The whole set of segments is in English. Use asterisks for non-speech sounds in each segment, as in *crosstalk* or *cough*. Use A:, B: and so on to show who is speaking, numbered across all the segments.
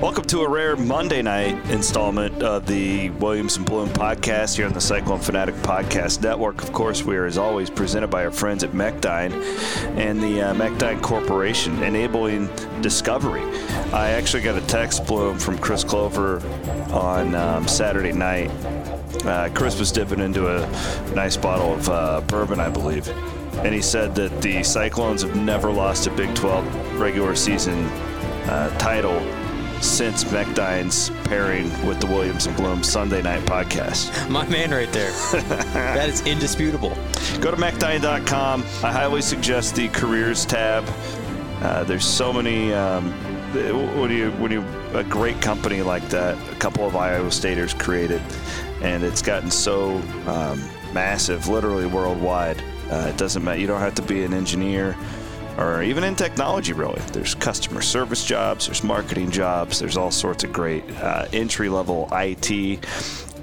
A: Welcome to a rare Monday night installment of the Williams and Bloom podcast here on the Cyclone Fanatic Podcast Network. Of course, we are, as always, presented by our friends at MechDyne and the uh, MechDyne Corporation, enabling discovery. I actually got a text, Bloom, from Chris Clover on um, Saturday night. Uh, Chris was dipping into a nice bottle of uh, bourbon, I believe. And he said that the Cyclones have never lost a Big 12 regular season uh, title since McDine's pairing with the Williams and Bloom Sunday Night podcast.
B: My man right there.
A: *laughs*
B: that is indisputable.
A: Go to McDine.com. I highly suggest the careers tab. Uh, there's so many. Um, when you when you a great company like that, a couple of Iowa Staters created, and it's gotten so um, massive, literally worldwide. Uh, it doesn't matter. You don't have to be an engineer or even in technology, really. There's customer service jobs, there's marketing jobs, there's all sorts of great uh, entry level IT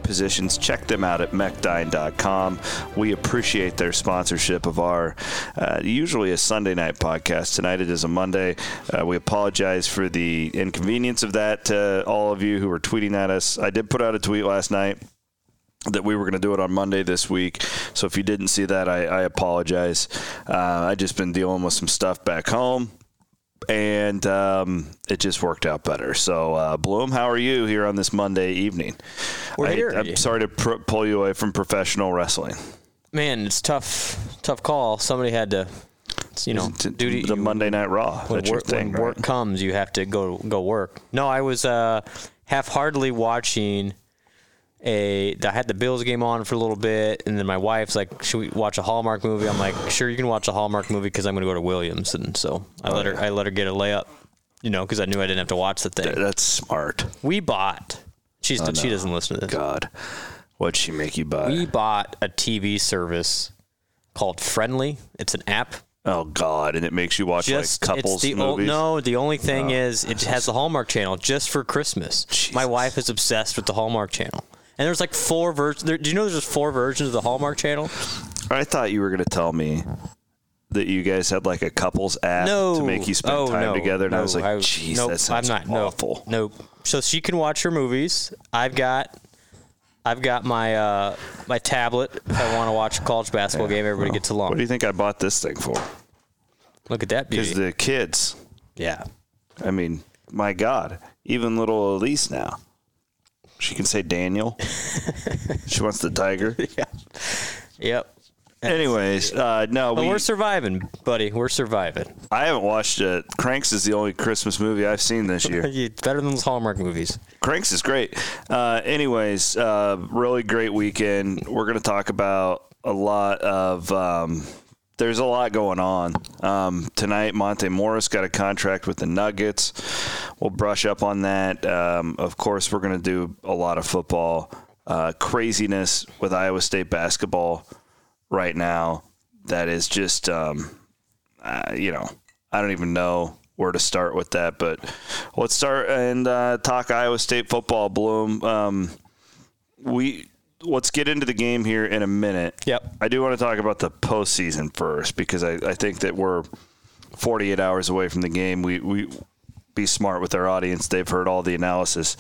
A: positions. Check them out at mechdyne.com. We appreciate their sponsorship of our uh, usually a Sunday night podcast. Tonight it is a Monday. Uh, we apologize for the inconvenience of that to all of you who were tweeting at us. I did put out a tweet last night that we were going to do it on Monday this week. So if you didn't see that, I, I apologize. Uh, I just been dealing with some stuff back home, and um, it just worked out better. So uh, Bloom, how are you here on this Monday evening?
B: We're
A: I,
B: here.
A: I'm sorry to pr- pull you away from professional wrestling.
B: Man, it's tough, tough call. Somebody had to, you know,
A: T-
B: duty.
A: the Monday Night Raw.
B: when
A: That's your
B: work,
A: thing,
B: when work
A: right?
B: comes, you have to go go work. No, I was uh, half-heartedly watching a. I had the Bills game on for a little bit, and then my wife's like, "Should we watch a Hallmark movie?" I'm like, "Sure, you can watch a Hallmark movie because I'm going to go to Williams." And so I
A: Oh,
B: let her. I let her get a layup, you know, because I knew I didn't have to watch the thing.
A: That's smart.
B: We bought. She's
A: Oh,
B: she doesn't listen to this.
A: God, what'd she make you buy?
B: We bought a TV service called Friendly. It's an app.
A: oh God, and it makes you watch
B: Just
A: like couples
B: it's the
A: movies.
B: O- no. The only thing is, it has the Hallmark Channel just for Christmas. My wife is obsessed with the Hallmark Channel, and there's like four versions. There, do you know there's just four versions of the
A: *laughs*
B: Hallmark Channel?
A: I thought you were going to tell me that you guys had like a couples app
B: No,
A: to make you spend
B: Oh,
A: time
B: no,
A: together, and I
B: no,
A: was like,
B: I-
A: "Jeez,
B: nope,
A: that sounds
B: I'm not,
A: awful."
B: No, nope. So she can watch her movies. I've got, I've got my uh, my tablet. If I want to watch a college basketball game, everybody gets
A: What
B: along.
A: do you think I bought this thing for?
B: Look at that beauty.
A: Because the kids,
B: yeah.
A: I mean, my God, even little Elise now, she can say Daniel.
B: *laughs*
A: she wants the tiger.
B: Yep.
A: Anyways, uh, no,
B: But
A: we,
B: we're surviving, buddy. We're *laughs* surviving.
A: I haven't watched it. Cranks is the only Christmas movie I've seen this
B: *laughs*
A: year.
B: It's better than those Hallmark movies.
A: Cranks is great. Uh, anyways, uh, really great weekend. We're going to talk about a lot of. Um, there's a lot going on um, tonight. Monte Morris got a contract with the Nuggets. We'll brush up on that. Um, of course, we're going to do a lot of football uh, craziness with Iowa State basketball right now. That is just. Um, uh, you know, I don't even know where to start with that, but let's start and uh, talk Iowa State football. Bloom, um, we let's get into the game here in a minute.
B: Yep.
A: I do want to talk about the postseason first because I, I think that we're 48 hours away from the game. We we be smart with our audience. They've heard all the analysis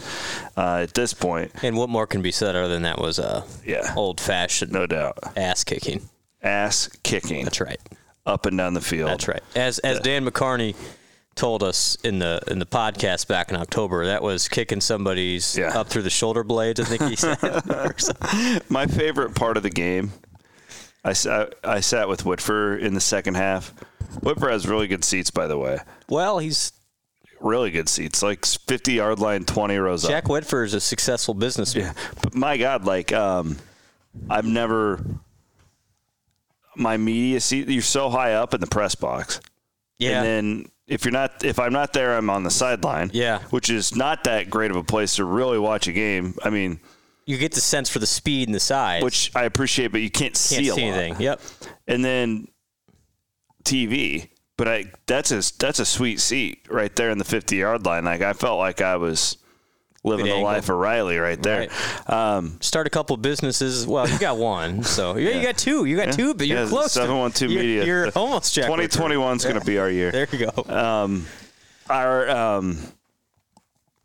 A: uh, at this point.
B: And what more can be said other than that was a
A: Yeah.
B: old fashioned
A: No doubt,
B: ass kicking.
A: ass kicking
B: That's right.
A: up and down the field.
B: That's right. As as Dan McCarney told us in the in the podcast back in October, that was kicking somebody's
A: Yeah.
B: up through the shoulder blades. I think
A: *laughs*
B: he said. Or something.
A: My favorite part of the game, I sat, I sat with Whitfer in the second half. Whitfer has really good seats, by the way.
B: well, he's
A: Really good seats, like 50 yard line, 20 rows up.
B: Jack Whitfer is a successful businessman.
A: Yeah. But my God, like, um, I've never. My media seat, you're so high up in the press box.
B: Yeah.
A: And then if you're not, if I'm not there, I'm on the sideline.
B: Yeah.
A: Which is not that great of a place to really watch a game. I mean,
B: you get the sense for the speed and the size.
A: which I appreciate, but you can't,
B: can't
A: see
B: see,
A: a lot.
B: anything. Yep.
A: and then TV. But I that's a that's a sweet seat right there in the fifty yard line. Like I felt like I was living
B: Good
A: the
B: angle.
A: life of Riley right there. Um,
B: start a couple businesses. Well, you got one, so yeah, you got two. You got two, but you're
A: yeah,
B: close. to-
A: Seven one two
B: you're-
A: media.
B: You're almost Jack.
A: Twenty
B: Whitford.
A: Uh, twenty one is going to be our year.
B: There you go.
A: Um, our um,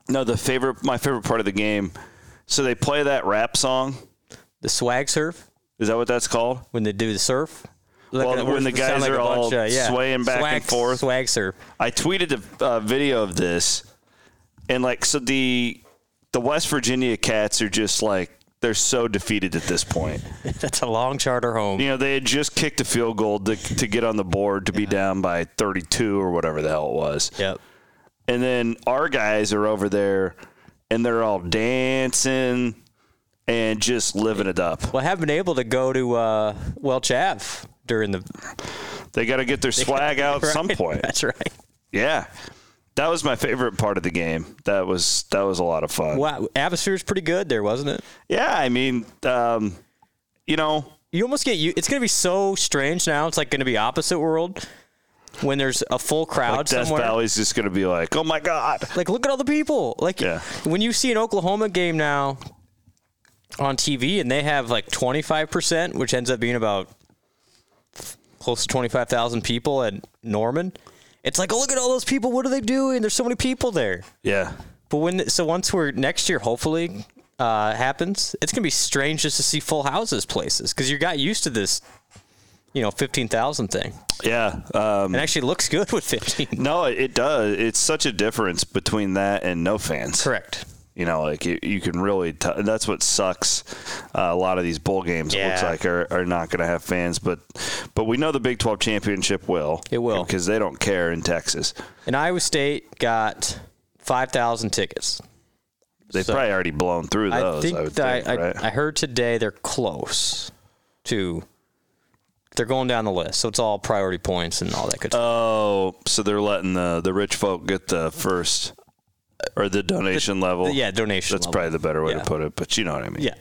A: No, the favorite, my favorite part of the game. So they play that rap song.
B: The swag surf
A: Is that what that's called?
B: when they do the surf. Like,
A: Well,
B: uh,
A: when the
B: it sounds
A: guys are
B: a
A: all swaying back and forth.
B: swag surf. *laughs*
A: I tweeted a uh, video of this, and like so the the West Virginia cats are just like they're so defeated at this point.
B: That's a long charter home.
A: You know, they had just kicked a field goal to, to get on the board to be down by 32 or whatever the hell it was.
B: Yep.
A: And then our guys are over there and they're all dancing and just living it up.
B: Well, I haven't been able to go to uh, Welch Ave during the *laughs*
A: They got to get their swag out at some
B: Right.
A: point.
B: That's right.
A: Yeah. That was my favorite part of the game. That was that was a lot of fun.
B: Wow, atmosphere's pretty good there, wasn't it?
A: Yeah, I mean, um, you know,
B: You almost get you. It's gonna be so strange now. It's like gonna be opposite world when there's a full crowd
A: Death
B: somewhere.
A: Valley's just going to be like, "Oh my god."
B: Like, look at all the people. Like,
A: Yeah.
B: when you see an Oklahoma game now on TV and they have like 25%, which ends up being about close to 25,000 people at Norman, it's like, oh, look at all those people. What are they doing? There's so many people there.
A: Yeah.
B: But when, so once we're next year, hopefully, uh, happens, it's going to be strange just to see full houses places because you got used to this, you know, 15,000 thing.
A: Yeah. Um,
B: And actually looks good with 15.
A: no, it, it does. It's such a difference between that and no fans.
B: Correct.
A: You know, like you, you can really. T- that's what sucks. Uh, a lot of these bowl games it looks
B: Yeah.
A: like are, are not going to have fans, but but we know the Big Twelve championship will.
B: It will.
A: because they don't care in Texas.
B: And Iowa State got 5,000 tickets.
A: They've
B: So-
A: probably already blown through those. I,
B: I think,
A: would
B: that
A: think,
B: I,
A: right?
B: I heard today they're close to. They're going down the list, so it's all priority points and all that good stuff.
A: oh, so they're letting the the rich folk get the first or the donation level.
B: yeah, donation.
A: Oh. that's
B: level.
A: probably the better way
B: Yeah.
A: to put it. But you know what I mean.
B: Yeah,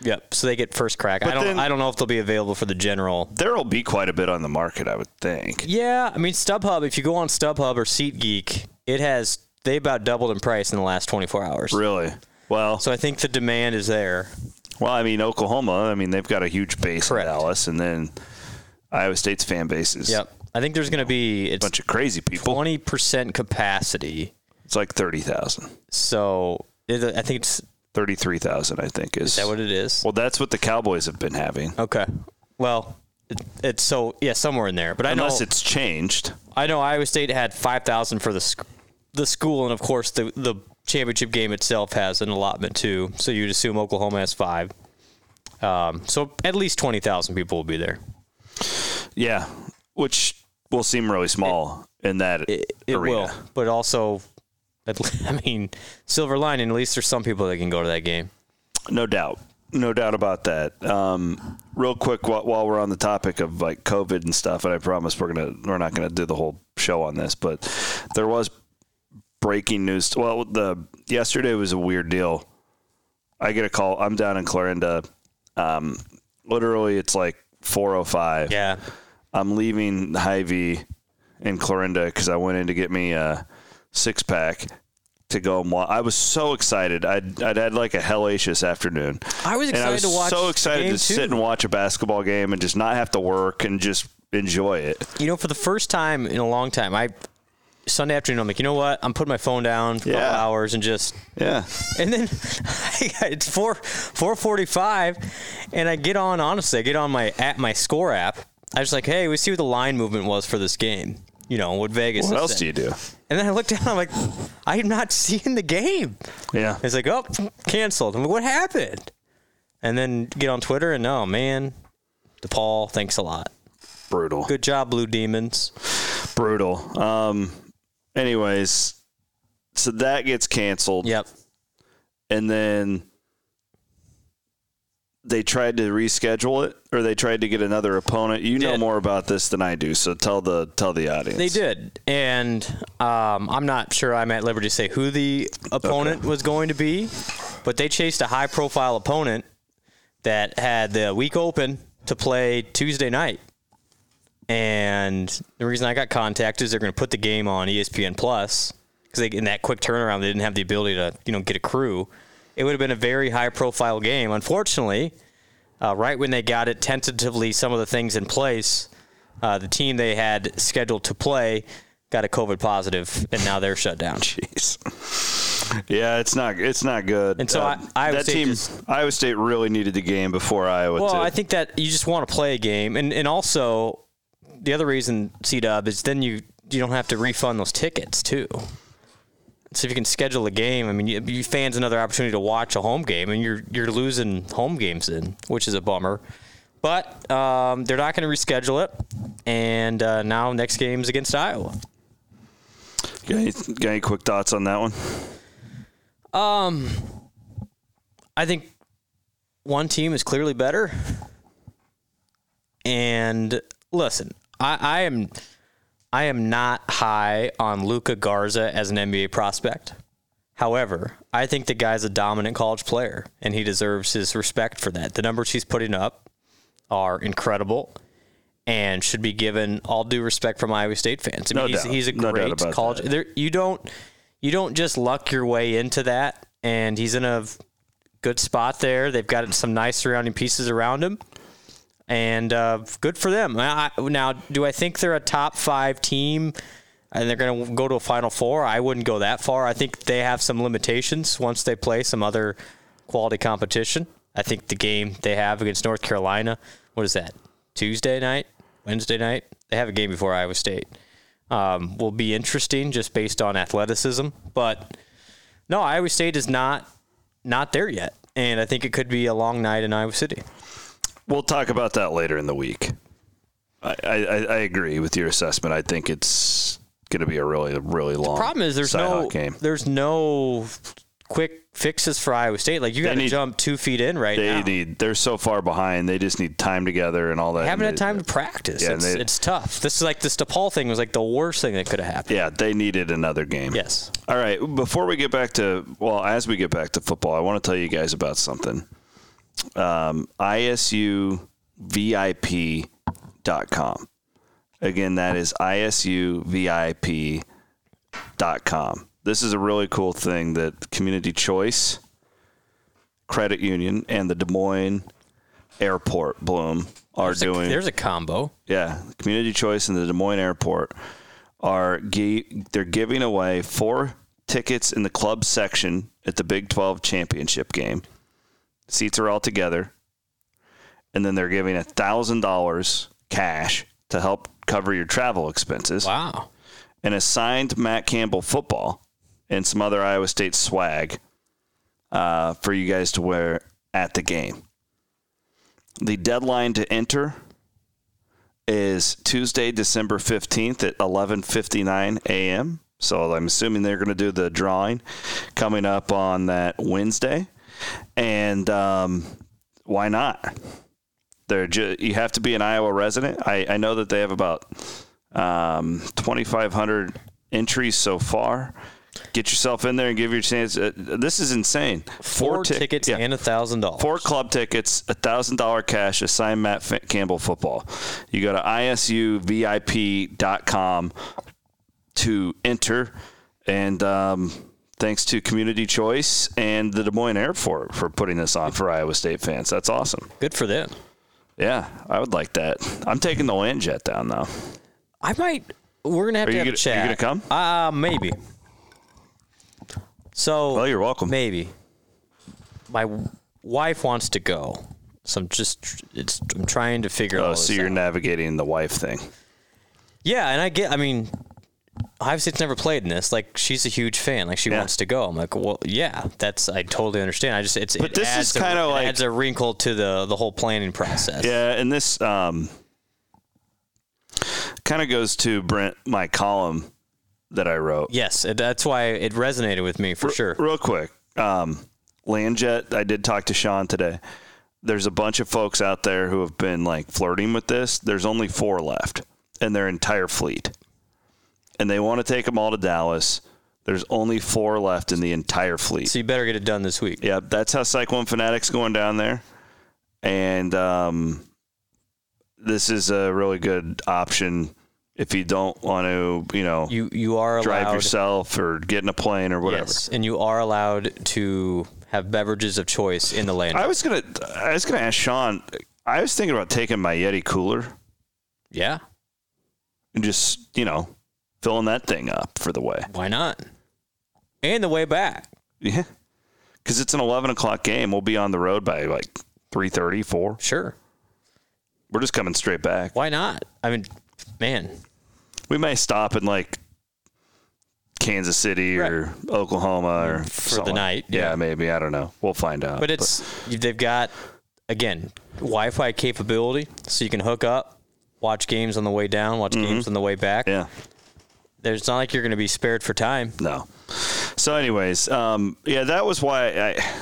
B: yep. So they get first crack. I don't.
A: then-
B: I don't know if they'll be available for the general.
A: There'll be quite a bit on the market, I would think.
B: Yeah, I mean StubHub. If you go on StubHub or SeatGeek, it has they about doubled in price in the last 24 hours.
A: Really? Well,
B: So I think the demand is there.
A: Well, I mean Oklahoma. I mean they've got a huge base
B: Correct.
A: in Dallas, and then Iowa State's fan base is
B: Yep. I think there's going to be
A: a
B: it's
A: bunch of crazy people.
B: 20 percent capacity.
A: It's like thirty thousand,
B: So it, I think it's is
A: thirty-three thousand, I think is.
B: that what it is.
A: well, that's what the Cowboys have been having,
B: Okay. Well, it, it's so yeah, somewhere in there. But I
A: unless
B: know
A: it's changed.
B: I know Iowa State had five thousand for the sc- the school, and of course the the championship game itself has an allotment too. So you'd assume Oklahoma has five. Um, so at least twenty thousand people will be there.
A: Yeah, which will seem really small in that
B: It, it
A: arena.
B: will, but also, at le- *laughs* I mean, silver lining. At least there's some people that can go to that game.
A: No doubt. No doubt about that. Um, real quick, while, while we're on the topic of like COVID and stuff, and I promise we're gonna we're not gonna do the whole show on this, but there was breaking news. Well, the yesterday was a weird deal. I get a call. I'm down in Clarinda. Um, literally, it's like 4:05.
B: Yeah.
A: I'm leaving Hy-Vee in Clarinda because I went in to get me a six pack to go and watch. I was so excited. I'd, I'd had like a hellacious afternoon.
B: I was
A: And
B: excited
A: I was
B: to watch
A: so
B: the
A: excited
B: game,
A: to
B: too.
A: sit and watch a basketball game and just not have to work and just enjoy it.
B: You know, for the first time in a long time, I Sunday afternoon, I'm like, you know what? I'm putting my phone down for a couple
A: Yeah.
B: hours and just
A: Yeah.
B: And then *laughs* it's four four forty five, and I get on. Honestly, I get on my app, my score app. I was like, hey, we see what the line movement was for this game. You know, what Vegas.
A: What
B: is
A: else do
B: in.
A: you do?
B: And then I looked down. I'm like, I'm not *laughs* seeing the game.
A: Yeah.
B: It's like, oh, canceled. I'm like, what happened? And then get on Twitter and oh man, DePaul, thanks a lot.
A: Brutal.
B: Good job, Blue Demons.
A: Brutal. Um, anyways, so that gets canceled.
B: Yep.
A: and then they tried to reschedule it or they tried to get another opponent. You know
B: Did.
A: more about this than I do, so tell the tell the audience.
B: They did, and um, I'm not sure I'm at liberty to say who the opponent was going to be, but they chased a high-profile opponent that had the week open to play Tuesday night. And the reason I got contacted is they're going to put the game on E ESPN Plus because in that quick turnaround they didn't have the ability to you know get a crew. It would have been a very high-profile game. Unfortunately, uh, right when they got it tentatively, some of the things in place uh, the team they had scheduled to play got a COVID positive, and now they're shut down.
A: *laughs* Jeez. Yeah, it's not it's not good. Uh,
B: And so I- Iowa
A: that
B: State
A: team,
B: just-
A: Iowa State really needed the game before Iowa.
B: Well,
A: too.
B: I think that you just want to play a game, and and also the other reason C Dub is then you you don't have to refund those tickets too. So if you can schedule a game, I mean, you, you fans another opportunity to watch a home game, and you're you're losing home games in, which is a bummer. But um, they're not going to reschedule it, and uh, now next game's against Iowa.
A: got, any, got any quick thoughts on that one?
B: I think one team is clearly better. And listen, I, I am I am not high on Luca Garza as an NBA prospect. However, I think the guy's a dominant college player and he deserves his respect for that. The numbers he's putting up are incredible and should be given all due respect from Iowa State fans. I mean,
A: No
B: he's,
A: doubt.
B: he's a
A: No doubt
B: great
A: about
B: college.
A: that.
B: There, you don't you don't just luck your way into that. And he's in a good spot there. They've got some nice surrounding pieces around him, and uh, good for them. I, I- now, do I think they're a top five team and they're going to go to a Final Four? I wouldn't go that far. I think they have some limitations once they play some other quality competition. I think the game they have against North Carolina, what is that? Tuesday night, Wednesday night. They have a game before Iowa State. Um, will be interesting just based on athleticism, but no, Iowa State is not not there yet. And I think it could be a long night in Iowa City.
A: We'll talk about that later in the week. I, I, I- I agree with your assessment. I think it's going to be a really, really long
B: Problem is, there's
A: Cyhawk
B: no
A: game.
B: there's no quick fixes for Iowa State. Like you got to
A: need-
B: jump two feet in right
A: They
B: now.
A: need, they're so far behind. They just need time together and all that.
B: They haven't had
A: And they-
B: time to practice.
A: Yeah, and
B: it's,
A: they-
B: it's tough. This is like this DePaul thing was like the worst thing that could have happened.
A: Yeah, they needed another game.
B: Yes.
A: All right. Before we get back to, well, as we get back to football, I want to tell you guys about something. Um, ISUVIP.com. Again, that is ISUVIP.com. This is a really cool thing that Community Choice Credit Union and the Des Moines Airport Bloom are
B: There's a-
A: doing.
B: there's a combo.
A: Yeah, Community Choice and the Des Moines Airport are gi- they're giving away four tickets in the club section at the Big 12 championship game. Seats are all together, and then they're giving a thousand dollars cash to help cover your travel expenses
B: Wow.
A: and a signed Matt Campbell football and some other Iowa State swag uh, for you guys to wear at the game. The deadline to enter is Tuesday, December 15th at 11:59 a.m. So I'm assuming they're going to do the drawing coming up on that Wednesday. And um, why not? They're ju- you have to be an Iowa resident. I, I know that they have about um, 2,500 entries so far. Get yourself in there and give your chance. Uh, this is insane.
B: Four,
A: tic-
B: tickets
A: yeah.
B: and a thousand dollars.
A: Four club tickets, a thousand dollar cash, assigned Matt Fa- Campbell football. You go to isuvip.com to enter, and um, thanks to Community Choice and the Des Moines Airport for putting this on for Iowa State fans. That's awesome.
B: Good for them.
A: Yeah, I would like that. I'm taking the land jet down though. Oh,
B: I might. We're gonna have
A: Are
B: to
A: you
B: have
A: gonna-
B: a
A: are
B: chat.
A: you gonna come?
B: Uh maybe. So.
A: Well, you're welcome.
B: Maybe. My w- wife wants to go, so I'm just it's I'm trying to figure all
A: Oh,
B: this
A: so you're
B: out.
A: navigating the wife thing.
B: Yeah, and I get. I mean, Iowa State's never played in this. Like, she's a huge fan. Like, she
A: Yeah.
B: wants to go. I'm like, well, yeah, that's. I totally understand. I just it's. But
A: this is kinda like-
B: adds a wrinkle to the the whole planning process.
A: Yeah, and this um, kind of goes to Brent my column that I wrote.
B: Yes, it, that's why it resonated with me for sure.
A: Real quick, um, Landjet. I did talk to Sean today. There's a bunch of folks out there who have been like flirting with this. There's only four left, and their entire fleet, and they want to take them all to Dallas. There's only four left in the entire fleet.
B: So you better get it done this week.
A: Yeah, that's how Cyclone Fanatics going down there, and um, this is a really good option if you don't want to, you know,
B: You you are allowed.
A: drive yourself or get in a plane or whatever.
B: Yes, and you are allowed to have beverages of choice in the land.
A: I was gonna, I was gonna ask Sean. I was thinking about taking my Yeti cooler
B: yeah,
A: and just, you know, filling that thing up for the way.
B: why not? and the way back.
A: Yeah, because it's an eleven o'clock game. We'll be on the road by like three thirty, four.
B: Sure.
A: We're just coming straight back.
B: Why not? I mean, man,
A: We may stop in like Kansas City or Oklahoma or
B: For
A: something like-
B: the night,
A: Yeah.
B: yeah.
A: maybe I don't know. We'll find out.
B: but it's they've got again Wi-Fi capability, so you can hook up, watch games on the way down, watch games on the way back.
A: Mm-hmm. yeah,
B: There's not like you're going to be spared for time.
A: no. So, anyways, um, yeah, that was why I.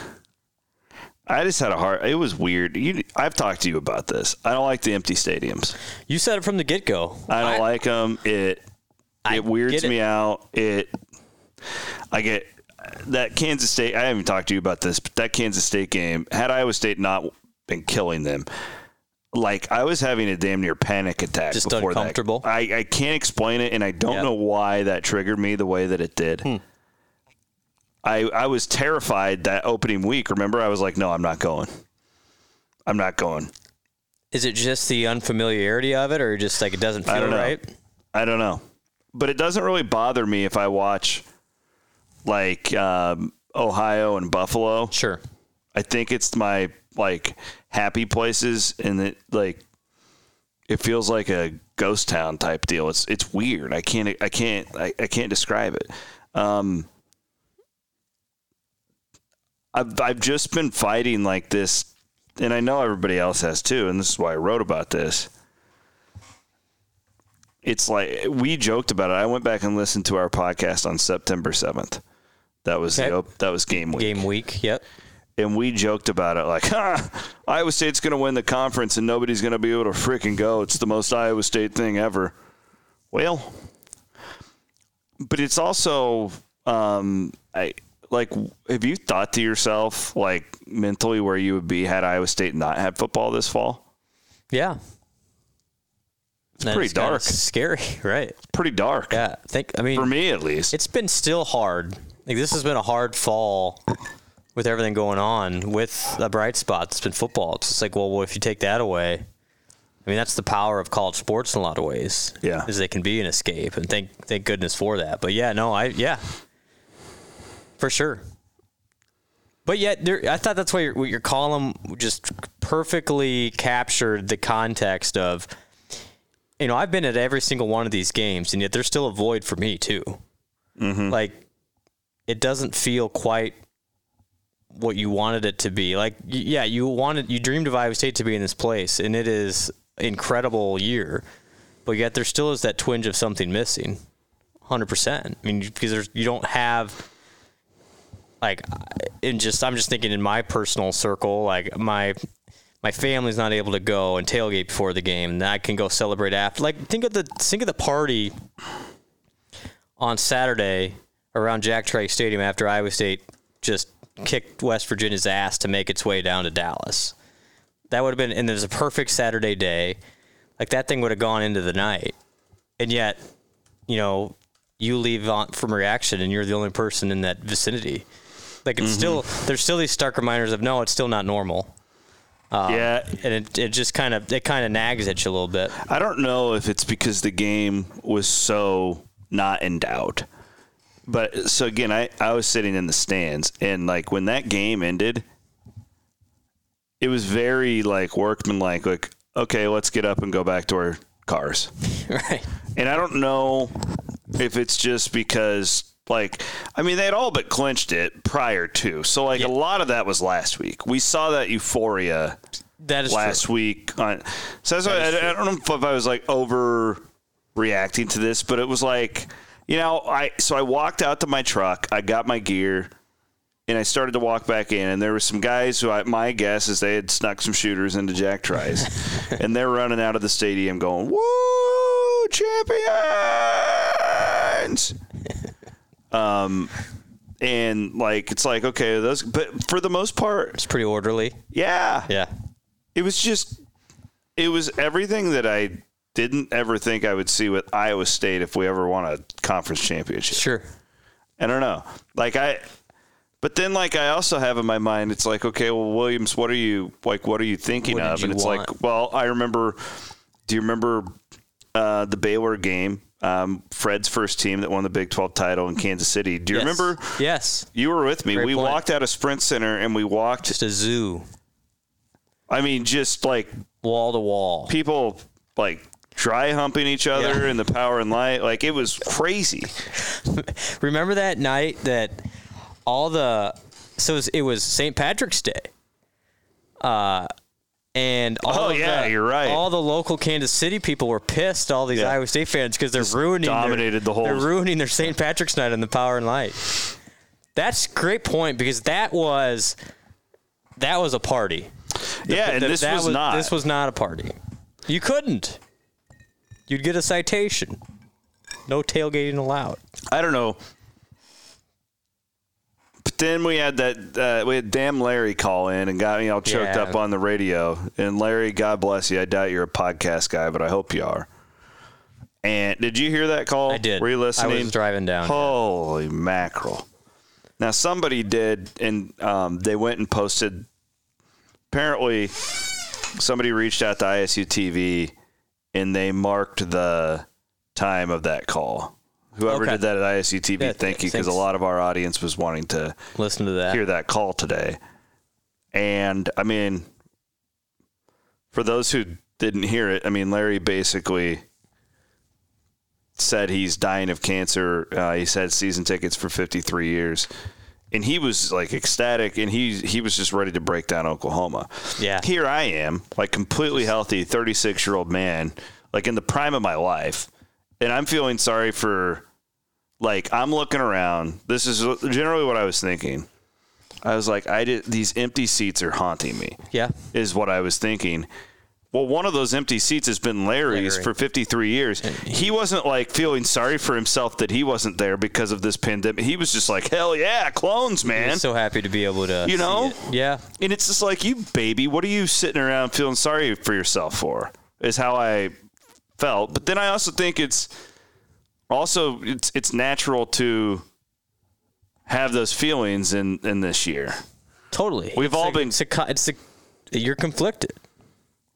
A: I just had a heart. It was weird. You, I've talked to you about this. I don't like the empty stadiums.
B: You said it from the get-go.
A: I don't 'em. like them. It it weirds
B: get it.
A: me out. It I get that Kansas State. I haven't talked to you about this, but that Kansas State game had Iowa State not been killing them. Like I was having a damn near panic attack.
B: Just
A: before
B: uncomfortable?
A: That. I I can't explain it, and I don't
B: Yeah. Hmm.
A: know why that triggered me the way that it did. I I was terrified that opening week. Remember, I was like, no, I'm not going. I'm not going.
B: Is it just the unfamiliarity of it, or just like it doesn't feel
A: don't know.
B: right?
A: I don't know, but it doesn't really bother me if I watch like um, Ohio and Buffalo.
B: Sure.
A: I think it's my like happy places, and it like it feels like a ghost town type deal. It's it's weird. I can't I can't I, I can't describe it. Um, I've I've just been fighting like this, and I know everybody else has too, and this is why I wrote about this. It's like we joked about it. I went back and listened to our podcast on September seventh. That was the
B: Okay.
A: op- that was game week
B: Game week. Yep.
A: and we joked about it like, *laughs* ha, Iowa State's going to win the conference and nobody's going to be able to freaking go. It's the most Iowa State thing ever. Well, but it's also, um, I like, have you thought to yourself, like, mentally where you would be had Iowa State not had football this fall?
B: Yeah. It's
A: pretty dark.
B: Scary, *laughs* right?
A: Pretty dark
B: Yeah. I Think. I mean,
A: for me, at least.
B: it's been still hard. Like this has been a hard fall with everything going on. With the bright spot, it's been football. It's just like, well, well, if you take that away, I mean, that's the power of college sports in a lot of ways.
A: Yeah.
B: is they can be an escape, and thank thank goodness for that. But yeah, no, I yeah, for sure. But yet, there, I thought that's why your, your column just perfectly captured the context of. You know, I've been at every single one of these games, and yet there's still a void for me too like it doesn't feel quite what you wanted it to be. Like y- yeah, you wanted you dreamed of Iowa State to be in this place, and it is incredible year, but yet there still is that twinge of something missing. Hundred percent. I mean, because there's you don't have like and just I'm just thinking in my personal circle, like my my family's not able to go and tailgate before the game, and I can go celebrate after. Like think of the think of the party on Saturday around Jack Trice Stadium after Iowa State just kicked West Virginia's ass to make its way down to Dallas. That would have been, and there's a perfect Saturday day. Like that thing would have gone into the night. And yet, you know, you leave on from reaction and you're the only person in that vicinity. Like it's still, there's still these stark reminders of, no, it's still not normal.
A: yeah.
B: And it, it just kind of, it kind of nags at you a little bit. *laughs*
A: I don't know if it's because the game was so not in doubt. But so again, I, I was sitting in the stands and like when that game ended, it was very like workmanlike, like, okay, let's get up and go back to our cars.
B: right.
A: And I don't know if it's just because like I mean they'd all but clinched it prior to. So like a lot of that was last week. We saw that euphoria
B: That is
A: last
B: true.
A: week. On, so that's why I, I don't know if I was like overreacting to this, but it was like, you know, I so I walked out to my truck, I got my gear, and I started to walk back in, and there were some guys who I, my guess is they had snuck some shooters into Jack Trice, and they're running out of the stadium going, "Woo, champions!" um. And like it's like okay those but for the most part
B: It's pretty orderly.
A: yeah
B: Yeah.
A: it was just it was everything that I didn't ever think I would see with Iowa State if we ever won a conference championship.
B: Sure.
A: I don't know. Like I but then like I also have in my mind it's like, okay, well Williams, what are you like what are you thinking
B: What did
A: of? And
B: you
A: it's
B: want?
A: like, well, I remember do you remember uh, the Baylor game? um, Fred's first team that won the Big 12 title in Kansas City. Do you
B: Yes.
A: remember?
B: Yes.
A: You were with me.
B: Great
A: we
B: point.
A: walked out of Sprint Center and we walked.
B: Just a zoo,
A: I mean, just like
B: wall to wall.
A: people like dry humping each other in the power and light. Like it was crazy.
B: Remember that night that all the so it was, it was St. Patrick's Day. Uh and all
A: Oh,
B: of
A: yeah,
B: the-
A: you're right.
B: All the local Kansas City people were pissed. All these
A: Yeah.
B: Iowa State fans because they're ruining their-
A: dominated the whole-
B: They're ruining their St. Patrick's night on the Power and Light. That's a great point because that was that was a party.
A: yeah, and
B: That-
A: this
B: that
A: was, not.
B: This was not a party. You couldn't. You'd get a citation. No tailgating allowed.
A: I don't know. But then we had that uh, we had damn Larry call in and got me all choked
B: Yeah.
A: up on the radio. And Larry, God bless you. I doubt you're a podcast guy, but I hope you are. And did you hear that call?
B: I did.
A: Were you listening?
B: I was driving down.
A: Holy mackerel! Now somebody did, and um, they went and posted. Apparently, somebody reached out to ISU TV, and they marked the time of that call. Whoever
B: Okay.
A: did that at ISU TV,
B: Yeah,
A: thank you, because
B: thanks.
A: a lot of our audience was wanting to
B: Listen to that.
A: hear that call today. And I mean, for those who didn't hear it, I mean, Larry basically said he's dying of cancer. Uh, he's had season tickets for 53 years. And he was like ecstatic, and he he was just ready to break down Oklahoma.
B: Yeah.
A: here I am, like completely healthy, 36 year old man, like in the prime of my life, and I'm feeling sorry for, like I'm looking around. This is generally what I was thinking. I was like, I did these empty seats are haunting me
B: Yeah.
A: is what I was thinking. Well, one of those empty seats has been Larry's
B: Larry.
A: for 53 years. He wasn't like feeling sorry for himself that he wasn't there because of this pandemic. He was just like, hell yeah, clones, man.
B: I'm so happy to be able to.
A: You
B: see
A: know?
B: it. Yeah.
A: and it's just like, you baby, what are you sitting around feeling sorry for yourself for? Is how I felt. But then I also think it's also it's it's natural to have those feelings in in this year.
B: Totally.
A: We've
B: It's
A: all
B: a-
A: been-
B: It's a, co- it's a, you're conflicted.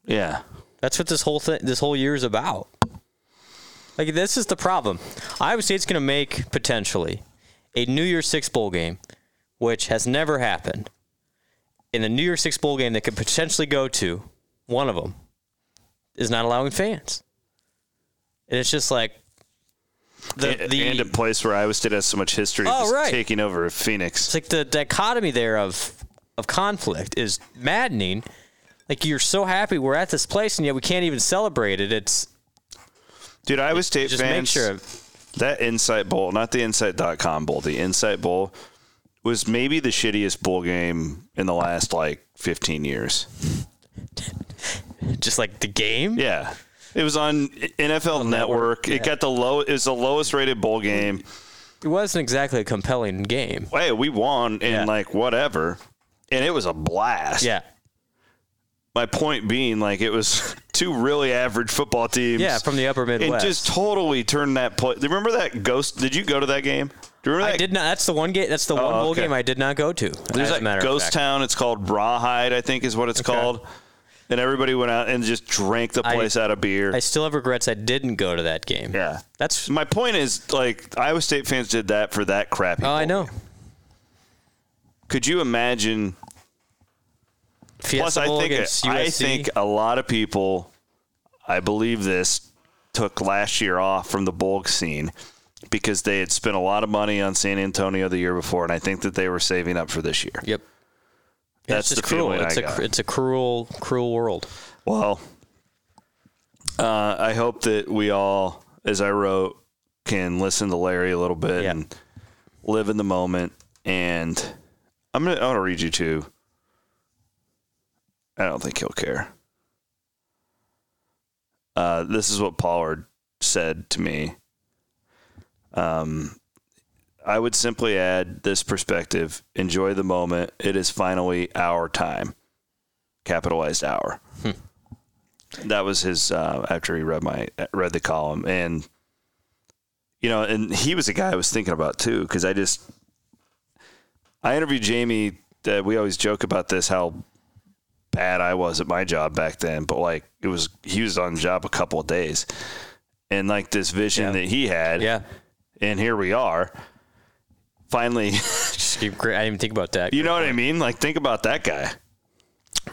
A: Yeah.
B: That's what this whole thing, this whole year is about. Like this is the problem. Iowa State's going to make potentially a New Year's Six bowl game, which has never happened. In the New Year's Six bowl game, they could potentially go to one of them is not allowing fans, and it's just like the
A: and,
B: the
A: and a place where Iowa State has so much history
B: Oh,
A: just
B: right.
A: taking over Phoenix.
B: it's like the dichotomy there of of conflict is maddening. Like you're so happy we're at this place and yet we can't even celebrate it. It's
A: Dude, Iowa State
B: just
A: fans,
B: make sure
A: that Insight Bowl, not the Insight.com Bowl, the Insight Bowl was maybe the shittiest bowl game in the last like 15 years.
B: just like the game.
A: Yeah. It was on NFL Network. It got the low it was the lowest rated bowl game.
B: It wasn't exactly a compelling game.
A: Hey, we won and
B: Yeah.
A: like whatever. And it was a blast.
B: Yeah.
A: My point being like it was *laughs* two really average football teams.
B: Yeah, from the upper
A: and
B: Midwest.
A: just totally turned that play. Remember that ghost? Did you go to that game? Do you remember that
B: I did not that's the one game that's the one bowl
A: Oh, okay.
B: game I did not go to.
A: There's
B: as a matter
A: that
B: of
A: ghost
B: fact.
A: town. It's called Rawhide, I think, is what it's called. And everybody went out and just drank the place out of beer.
B: I still have regrets I didn't go to that game.
A: yeah.
B: That's
A: My point is, like, Iowa State fans did that for that crappy.
B: Oh, I
A: bowl
B: know.
A: game. Could you imagine?
B: Fiesta
A: plus, I
B: Bowl
A: think
B: against
A: I
B: USC.
A: think a lot of people, I believe this, took last year off from the bowl scene because they had spent a lot of money on San Antonio the year before, and I think that they were saving up for this year.
B: Yep.
A: That's
B: it's
A: the
B: just cruel.
A: feeling
B: It's
A: I
B: a
A: got.
B: cr- it's a cruel cruel world.
A: Well, uh, I hope that we all, as I wrote, can listen to Larry a little bit
B: Yeah.
A: and live in the moment. And I'm gonna, I'm gonna read you two. I don't think he'll care. Uh, this is what Pollard said to me. Um, I would simply add this perspective: enjoy the moment. It is finally our time. Capitalized hour.
B: Hmm.
A: That was his uh, after he read my read the column, and you know, and he was a guy I was thinking about too because I just I interviewed Jamie. That we always joke about this how bad I was at my job back then, but like it was he was on the job a couple of days, and like this vision
B: Yeah.
A: that he had.
B: Yeah.
A: And here we are. Finally, *laughs*
B: Just keep great. I didn't even think about that.
A: you know what I mean? Like, think about that guy.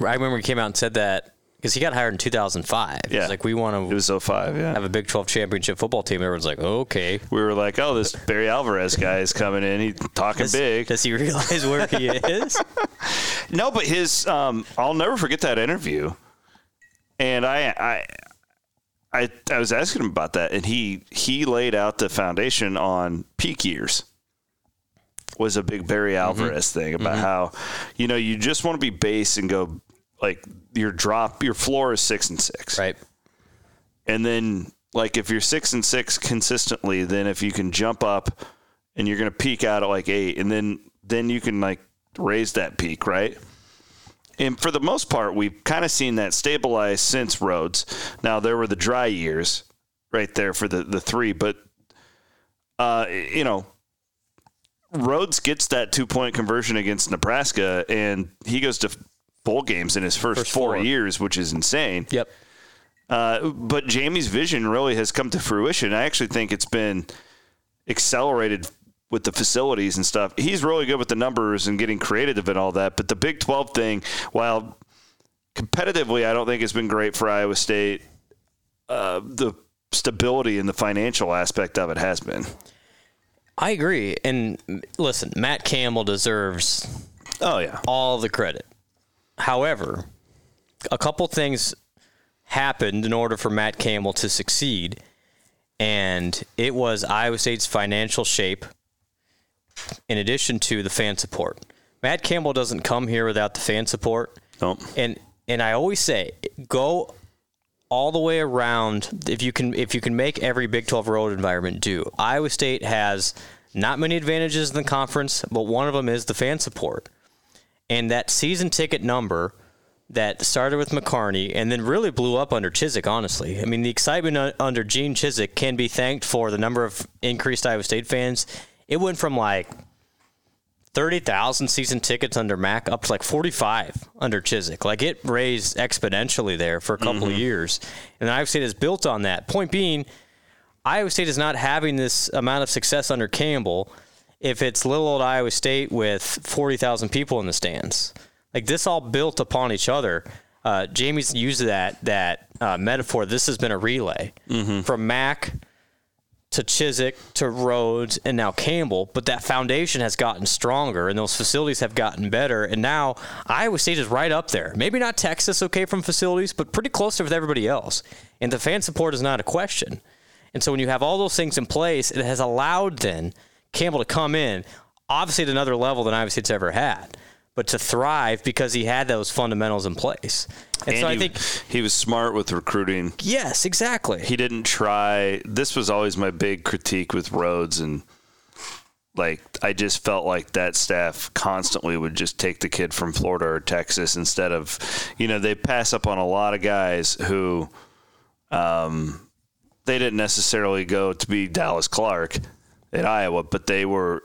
B: I remember he came out and said that because he got hired in 2005. He's
A: Yeah.
B: like, we want
A: It
B: to
A: was 05, yeah.
B: have a Big 12 championship football team. Everyone's like, okay.
A: We were like, oh, this Barry Alvarez guy is coming in. He's talking
B: Does,
A: big.
B: does he realize where *laughs* he is?
A: No, but his um, I'll never forget that interview. And I, I, I, I was asking him about that, and he he laid out the foundation on peak years. Was a big Barry Alvarez thing about how, you know, you just want to be base and go like your drop, your floor is six and six,
B: right.
A: and then like if you're six and six consistently, then if you can jump up and you're gonna peak out at like eight, and then then you can like raise that peak, right? And for the most part, we've kind of seen that stabilize since Rhodes. Now there were the dry years right there for the the three, but uh, you know. Rhodes gets that two point conversion against Nebraska, and he goes to bowl games in his first,
B: First
A: four
B: four.
A: years, which is insane.
B: Yep.
A: Uh, but Jamie's vision really has come to fruition. I actually think it's been accelerated with the facilities and stuff. He's really good with the numbers and getting creative and all that. But the Big 12 thing, while competitively, I don't think it's been great for Iowa State, uh, the stability and the financial aspect of it has been.
B: I agree. And m- listen, Matt Campbell deserves
A: Oh, yeah.
B: all the credit. However, a couple things happened in order for Matt Campbell to succeed, and it was Iowa State's financial shape, in addition to the fan support. Matt Campbell doesn't come here without the fan support,
A: Nope.
B: and and I always say go all the way around if you can if you can make every Big 12 road environment do. Iowa State has not many advantages in the conference, but one of them is the fan support and that season ticket number that started with McCarney and then really blew up under Chiswick, honestly. I mean, the excitement u- under Gene Chiswick can be thanked for the number of increased Iowa State fans. It went from like 30,000 season tickets under Mac up to like 45 under Chiswick. Like it raised exponentially there for a couple of years. And Iowa State has built on that. Point being, Iowa State is not having this amount of success under Campbell if it's little old Iowa State with 40,000 people in the stands. Like this all built upon each other. Uh, Jamie's used that that uh, metaphor. This has been a relay from Mac to Chiswick to Rhodes and now Campbell, but that foundation has gotten stronger and those facilities have gotten better. And now Iowa State is right up there. Maybe not Texas, okay, from facilities, but pretty close with everybody else. And the fan support is not a question. And so when you have all those things in place, it has allowed then Campbell to come in, obviously at another level than Iowa State's ever had, but to thrive because he had those fundamentals in place. And,
A: And
B: so
A: he,
B: I think,
A: he was smart with recruiting.
B: yes, exactly.
A: he didn't try this was always my big critique with Rhodes and like I just felt like that staff constantly would just take the kid from Florida or Texas instead of you know, they pass up on a lot of guys who um they didn't necessarily go to be Dallas Clark at Iowa, but they were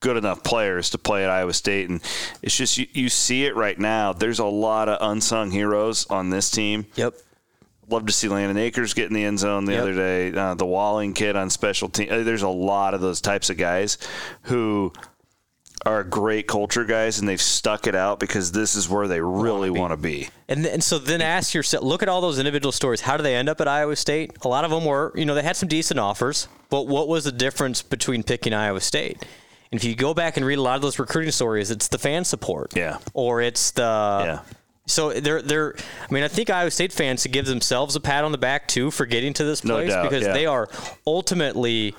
A: good enough players to play at Iowa State and it's just you, you see it right now. There's a lot of unsung heroes on this team
B: yep.
A: love to see Landon Akers get in the end zone the
B: Yep.
A: other day. Uh, the Walling kid on special team. Uh, There's a lot of those types of guys who are great culture guys, and they've stuck it out because this is where they really want to be.
B: And, th- and so then ask yourself, look at all those individual stories. How do they end up at Iowa State? A lot of them were, you know, they had some decent offers, but what was the difference between picking Iowa State? And if you go back and read a lot of those recruiting stories, it's the fan support.
A: Yeah.
B: Or it's the
A: yeah,
B: so they're they're. I mean, I think Iowa State fans should give themselves a pat on the back too for getting to this
A: No
B: place
A: doubt,
B: because
A: yeah.
B: they are ultimately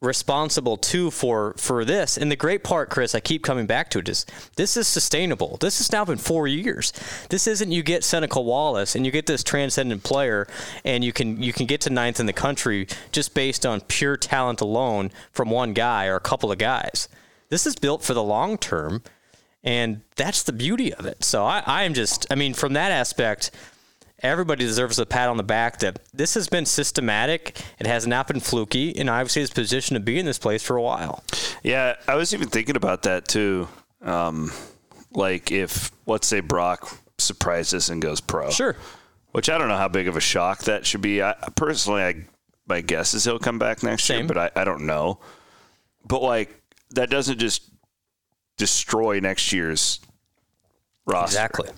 B: responsible too for for this. And the great part, Chris, I keep coming back to it is this is sustainable. This has now been four years. This isn't you get Seneca Wallace and you get this transcendent player and you can you can get to ninth in the country just based on pure talent alone from one guy or a couple of guys. This is built for the long term. And that's the beauty of it. So I, I am just, I mean, from that aspect, everybody deserves a pat on the back that this has been systematic. It has not been fluky. And Iowa State is positioned to be in this place for a while.
A: yeah. I was even thinking about that too. Um, like if let's say Brock surprises and goes pro,
B: Sure.
A: which I don't know how big of a shock that should be. I personally, I my guess is he'll come back next
B: Same.
A: year, but I, I don't know. But like that doesn't just destroy next year's roster.
B: Exactly.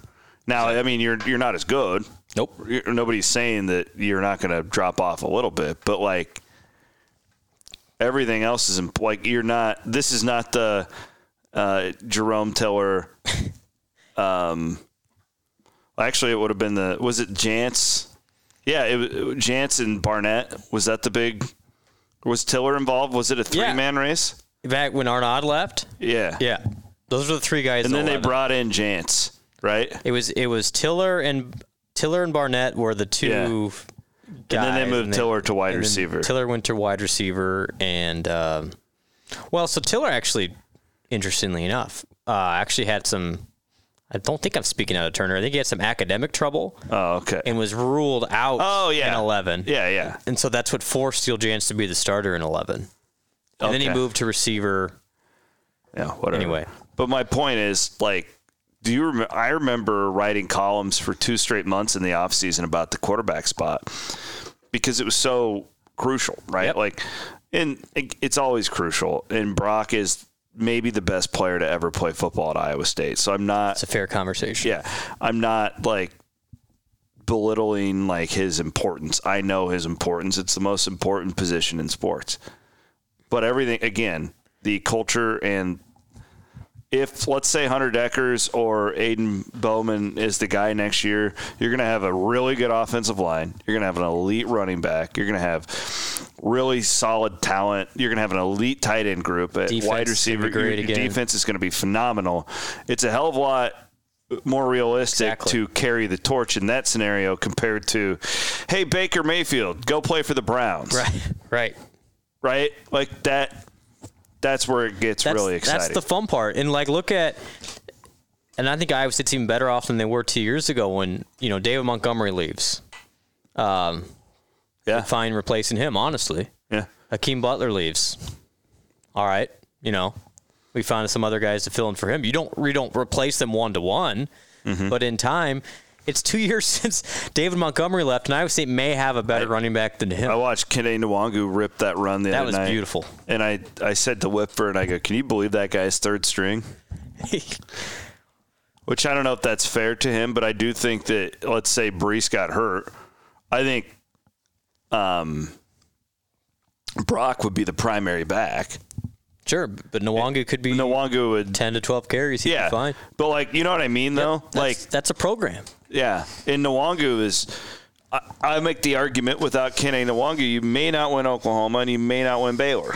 A: Now, I mean, you're you're not as good.
B: Nope.
A: You're, nobody's saying that you're not going to drop off a little bit, but like everything else is in, like you're not. This is not the uh, Jerome
B: *laughs*
A: Tiller. Um, actually, it would have been the was it Jance? Yeah, it, was- it was Jance and Barnett. Was that the big? Was Tiller involved? Was it a three
B: Yeah.
A: man race?
B: Back when Arnaud left,
A: Yeah.
B: yeah, those were the three guys.
A: And
B: that
A: then they
B: left.
A: brought in Jance, right?
B: it was it was Tiller and Tiller and Barnett were the two.
A: Yeah.
B: Guys,
A: and then they moved Tiller to wide
B: and then
A: receiver.
B: Tiller went to wide receiver, and um well, so Tiller actually, interestingly enough, uh, actually had some. I don't think I'm speaking out of Turner. I think he had some academic trouble
A: oh, okay.
B: and was ruled out.
A: Oh, yeah.
B: in eleven.
A: yeah, yeah.
B: and so that's what forced Steel Jans to be the starter in eleven. And then he
A: Okay.
B: moved to receiver.
A: Yeah, whatever.
B: Anyway.
A: but my point is, like, do you? Rem- I remember writing columns for two straight months in the off season about the quarterback spot because it was so crucial, right?
B: Yep.
A: Like, and it, it's always crucial. And Brock is maybe the best player to ever play football at Iowa State. So I'm not
B: It's a fair conversation.
A: yeah, I'm not like belittling like his importance. I know his importance. It's the most important position in sports. But everything again, the culture and if let's say Hunter Deckers or Aiden Bowman is the guy next year, you're going to have a really good offensive line. You're going to have an elite running back. You're going to have really solid talent. You're going to have an elite tight end group at
B: Defense
A: wide
B: is gonna be
A: receiver.
B: great
A: your, your
B: again.
A: defense is going to be phenomenal. It's a hell of a lot more realistic
B: Exactly.
A: to carry the torch in that scenario compared to, hey Baker Mayfield, go play for the Browns,
B: Right. Right.
A: Right? Like that. That's where it gets really exciting.
B: That's the fun part. And like, look at, and I think Iowa State's even better off than they were two years ago when you know David Montgomery leaves.
A: yeah.
B: Fine replacing him, honestly.
A: Yeah.
B: Hakeem Butler leaves. All right, you know, we found some other guys to fill in for him. You don't you don't replace them one to one,
A: Mm-hmm.
B: but in time, it's two *laughs* years since David Montgomery left, and Iowa State may have a better running back than him.
A: I watched Kene Nwangu rip that run the
B: that
A: other
B: was
A: night.
B: beautiful.
A: And I, I said to Whitford, I go, can you believe that guy's third string? Which I don't know if that's fair to him, but I do think that, let's say Brees got hurt. I think um, Brock would be the primary back.
B: *laughs* sure, but Nwangu could be
A: Nwangu would.
B: ten to twelve carries. He'd
A: Yeah.
B: be fine.
A: But, like, you know what I mean, though?
B: That's-
A: Like,
B: that's a program.
A: Yeah, and Nwangu is. I, I make the argument without Kenny Nwangu, you may not win Oklahoma and you may not win Baylor.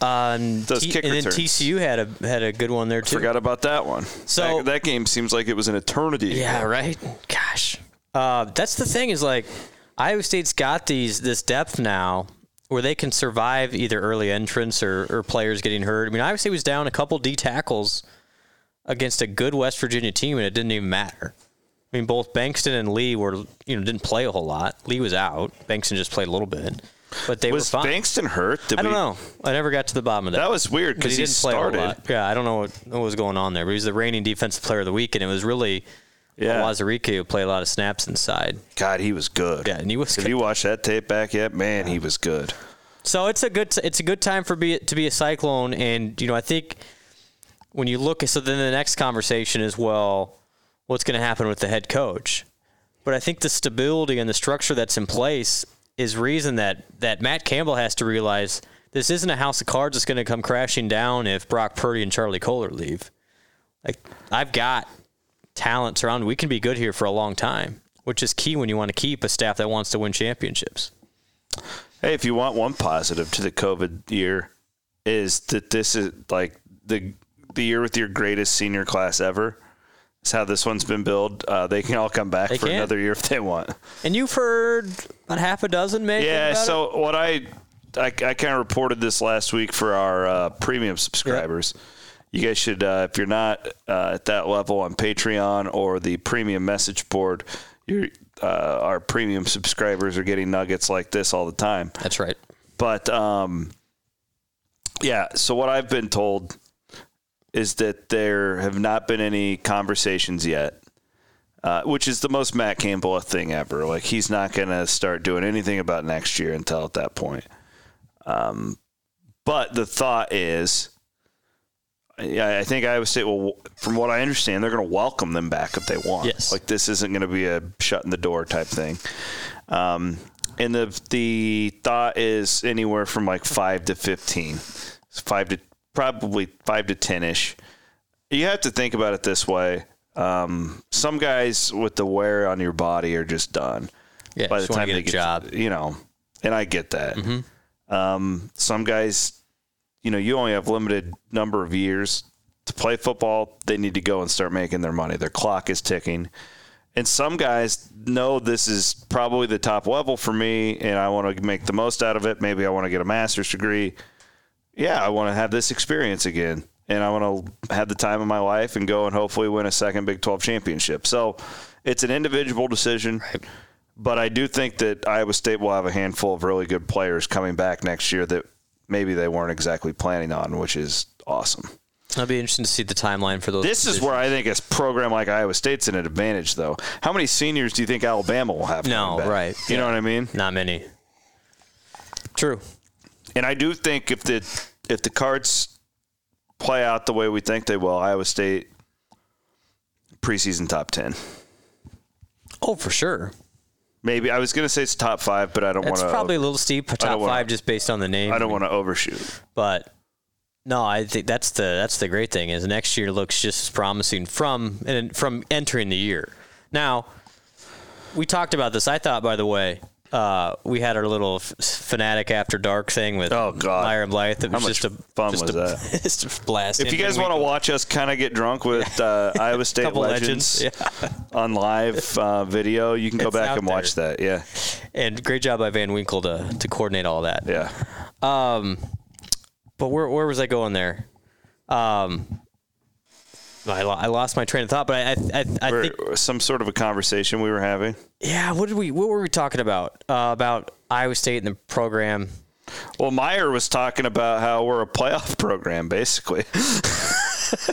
B: Um,
A: Those
B: T-
A: kick
B: and
A: returns.
B: then TCU had a had a good one there too.
A: Forgot about that one.
B: So-
A: that, that game seems like it was an eternity.
B: Yeah, right. Gosh, uh, that's the thing is like Iowa State's got these this depth now where they can survive either early entrance or, or players getting hurt. I mean, Iowa State was down a couple D tackles against a good West Virginia team, and it didn't even matter. I mean, both Bankston and Lee were you know didn't play a whole lot. Lee was out. Bankston just played a little bit, but they
A: was
B: were fine.
A: Bankston hurt? Did
B: I don't
A: we-
B: know. I never got to the bottom of that.
A: That was weird because
B: because
A: he,
B: he, didn't play
A: started.
B: a whole lot. Yeah, I don't know what, what was going on there, but he was the reigning defensive player of the week, and it was really
A: Yeah,
B: Wazirike who played a lot of snaps inside.
A: God, he was good.
B: Yeah, and he was
A: If
B: good.
A: you watch that tape back yet, man, he was good.
B: So it's a good it's a good time for be to be a cyclone, and you know I think when you look, so then the next conversation is well, what's going to happen with the head coach? But I think the stability and the structure that's in place is reason that that Matt Campbell has to realize this isn't a house of cards that's going to come crashing down if Brock Purdy and Charlie Kohler leave. Like I've got talent surrounded. We can be good here for a long time, which is key when you want to keep a staff that wants to win championships.
A: Hey, if you want one positive to the COVID year, is that this is like the the year with your greatest senior class ever. Is how this one's been billed. Uh, they can all come back for
B: can.
A: another year if they want.
B: And you've heard about half a dozen, maybe.
A: Yeah.
B: about it?
A: So what I I, kind of reported this last week for our uh, premium subscribers. You guys should, uh, if you're not uh, at that level on Patreon or the premium message board, you're, uh, our premium subscribers are getting nuggets like this all the time.
B: that's right.
A: But um, yeah, so what I've been told is that there have not been any conversations yet uh, which is the most Matt Campbell thing ever. Like he's not going to start doing anything about next year until at that point. Um, but the thought is, I I think Iowa State will, from what I understand, they're going to welcome them back if they want.
B: Yes.
A: Like this isn't going to be a shutting the door type thing. Um, and the the thought is anywhere from like five to fifteen, five to probably five to ten ish you have to think about it this way. Um, some guys with the wear on your body are just done
B: Yeah,
A: by the
B: just wanna
A: time
B: get
A: they
B: a
A: get
B: job. Mm-hmm.
A: you know, and I get that. Um, some guys, you know, you only have limited number of years to play football. They need to go and start making their money. Their clock is ticking. And some guys know this is probably the top level for me, and I want to make the most out of it. Maybe I want to get a master's degree yeah, I want to have this experience again. And I want to have the time of my life and go and hopefully win a second Big 12 championship. So it's an individual decision. But I do think that Iowa State will have a handful of really good players coming back next year that maybe they weren't exactly planning on, which is awesome.
B: It'll be interesting to see the timeline for those.
A: This is
B: positions.
A: where I think a program like Iowa State's an advantage, though. How many seniors do you think Alabama will have?
B: No,
A: coming back?
B: right.
A: You know what I mean?
B: not many. True.
A: And I do think if the if the cards play out the way we think they will, Iowa State preseason top ten.
B: Oh, for sure.
A: Maybe I was going to say it's top five, but I don't want
B: That's probably a
A: to.
B: little steep. Top
A: wanna-
B: five, just based on the name.
A: I don't want to overshoot.
B: But no, I think that's the that's the great thing is next year looks just as promising from and from entering the year. Now, we talked about this. I thought, by the way, uh, we had our little f- fanatic after dark thing with
A: Oh, God.
B: Myron Blythe. It was
A: much
B: just a
A: fun
B: just
A: was
B: a,
A: that?
B: *laughs* just a blast.
A: If you guys want to watch us kind of get drunk with uh, Iowa State
B: Couple
A: legends, *laughs*
B: legends,
A: on live uh, video, you can go
B: It's
A: back
B: out
A: and watch that. Yeah,
B: and great job by Van Winkle to to coordinate all that. Um,
A: yeah.
B: but where where was I going there? Um, I, lo- I lost my train of thought, but I I, I, I
A: Or
B: think
A: some sort of a conversation we were having.
B: yeah. What did we what were we talking about uh, about Iowa State and the program?
A: Well, Meyer was talking about how we're a playoff *laughs* program, basically. *laughs*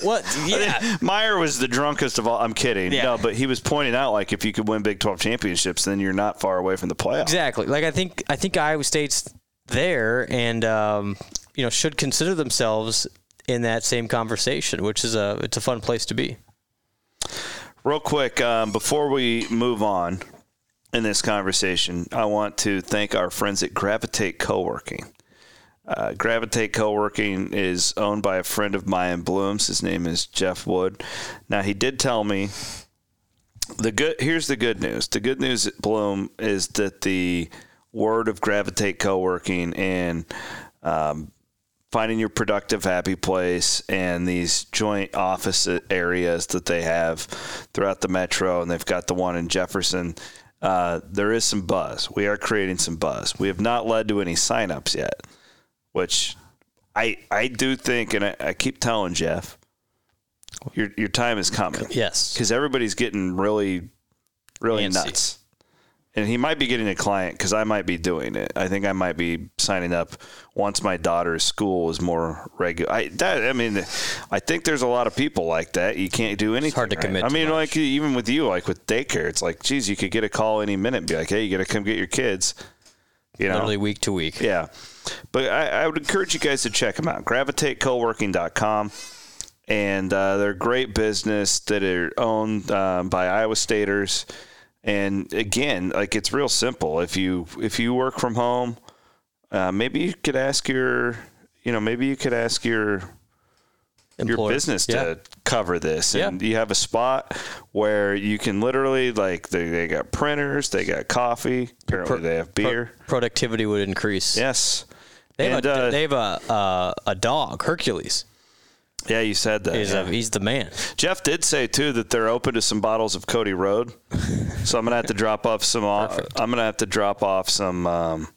B: What? Yeah,
A: Meyer was the drunkest of all. I'm kidding.
B: Yeah.
A: No, but he was pointing out like if you could win Big 12 championships, then you're not far away from the playoffs.
B: exactly. Like I think I think Iowa State's there, and um, you know should consider themselves in that same conversation, which is a it's a fun place to be.
A: Real quick, um, before we move on in this conversation, I want to thank our friends at Gravitate Co-working. Uh, Gravitate Co-working is owned by a friend of mine in Blooms. His name is Jeff Wood. Now he did tell me the good. Here's the good news. The good news at Bloom is that the word of Gravitate Co-working and um, finding your productive happy place and these joint office areas that they have throughout the metro and they've got the one in jefferson uh, there is some buzz we are creating some buzz we have not led to any signups yet which i i do think and i, I keep telling jeff your, your time is coming
B: Yes.
A: because everybody's getting really, really
B: Antsy.
A: nuts. And he might be getting a client because I might be doing it. I think I might be signing up once my daughter's school is more regular. I that I mean, I think there's a lot of people like that. You can't do anything.
B: hard to
A: right?
B: commit
A: I
B: to
A: mean, like even with you, like with daycare, it's like, geez, you could get a call any minute and be like, hey, you got to come get your kids. You know,
B: Literally week to week.
A: yeah. But I, I would encourage you guys to check them out. GravitateCoworking.com. And uh, they're a great business that are owned um, by Iowa Staters. And again, like it's real simple. If you if you work from home, uh, maybe you could ask your, you know, maybe you could ask your your
B: Employer.
A: business
B: Yeah.
A: to cover this.
B: Yeah.
A: And you have a spot where you can literally like they, they got printers, they got coffee. Apparently, they have
B: Pro-
A: beer.
B: productivity would increase.
A: yes.
B: They have,
A: And,
B: a,
A: uh,
B: they have a, uh, a dog, Hercules.
A: Yeah, you said that.
B: He's,
A: yeah.
B: a, he's the man.
A: Jeff did say too that they're open to some bottles of Cody Road, so I'm gonna have to drop off some. Off, I'm gonna have to drop off some um,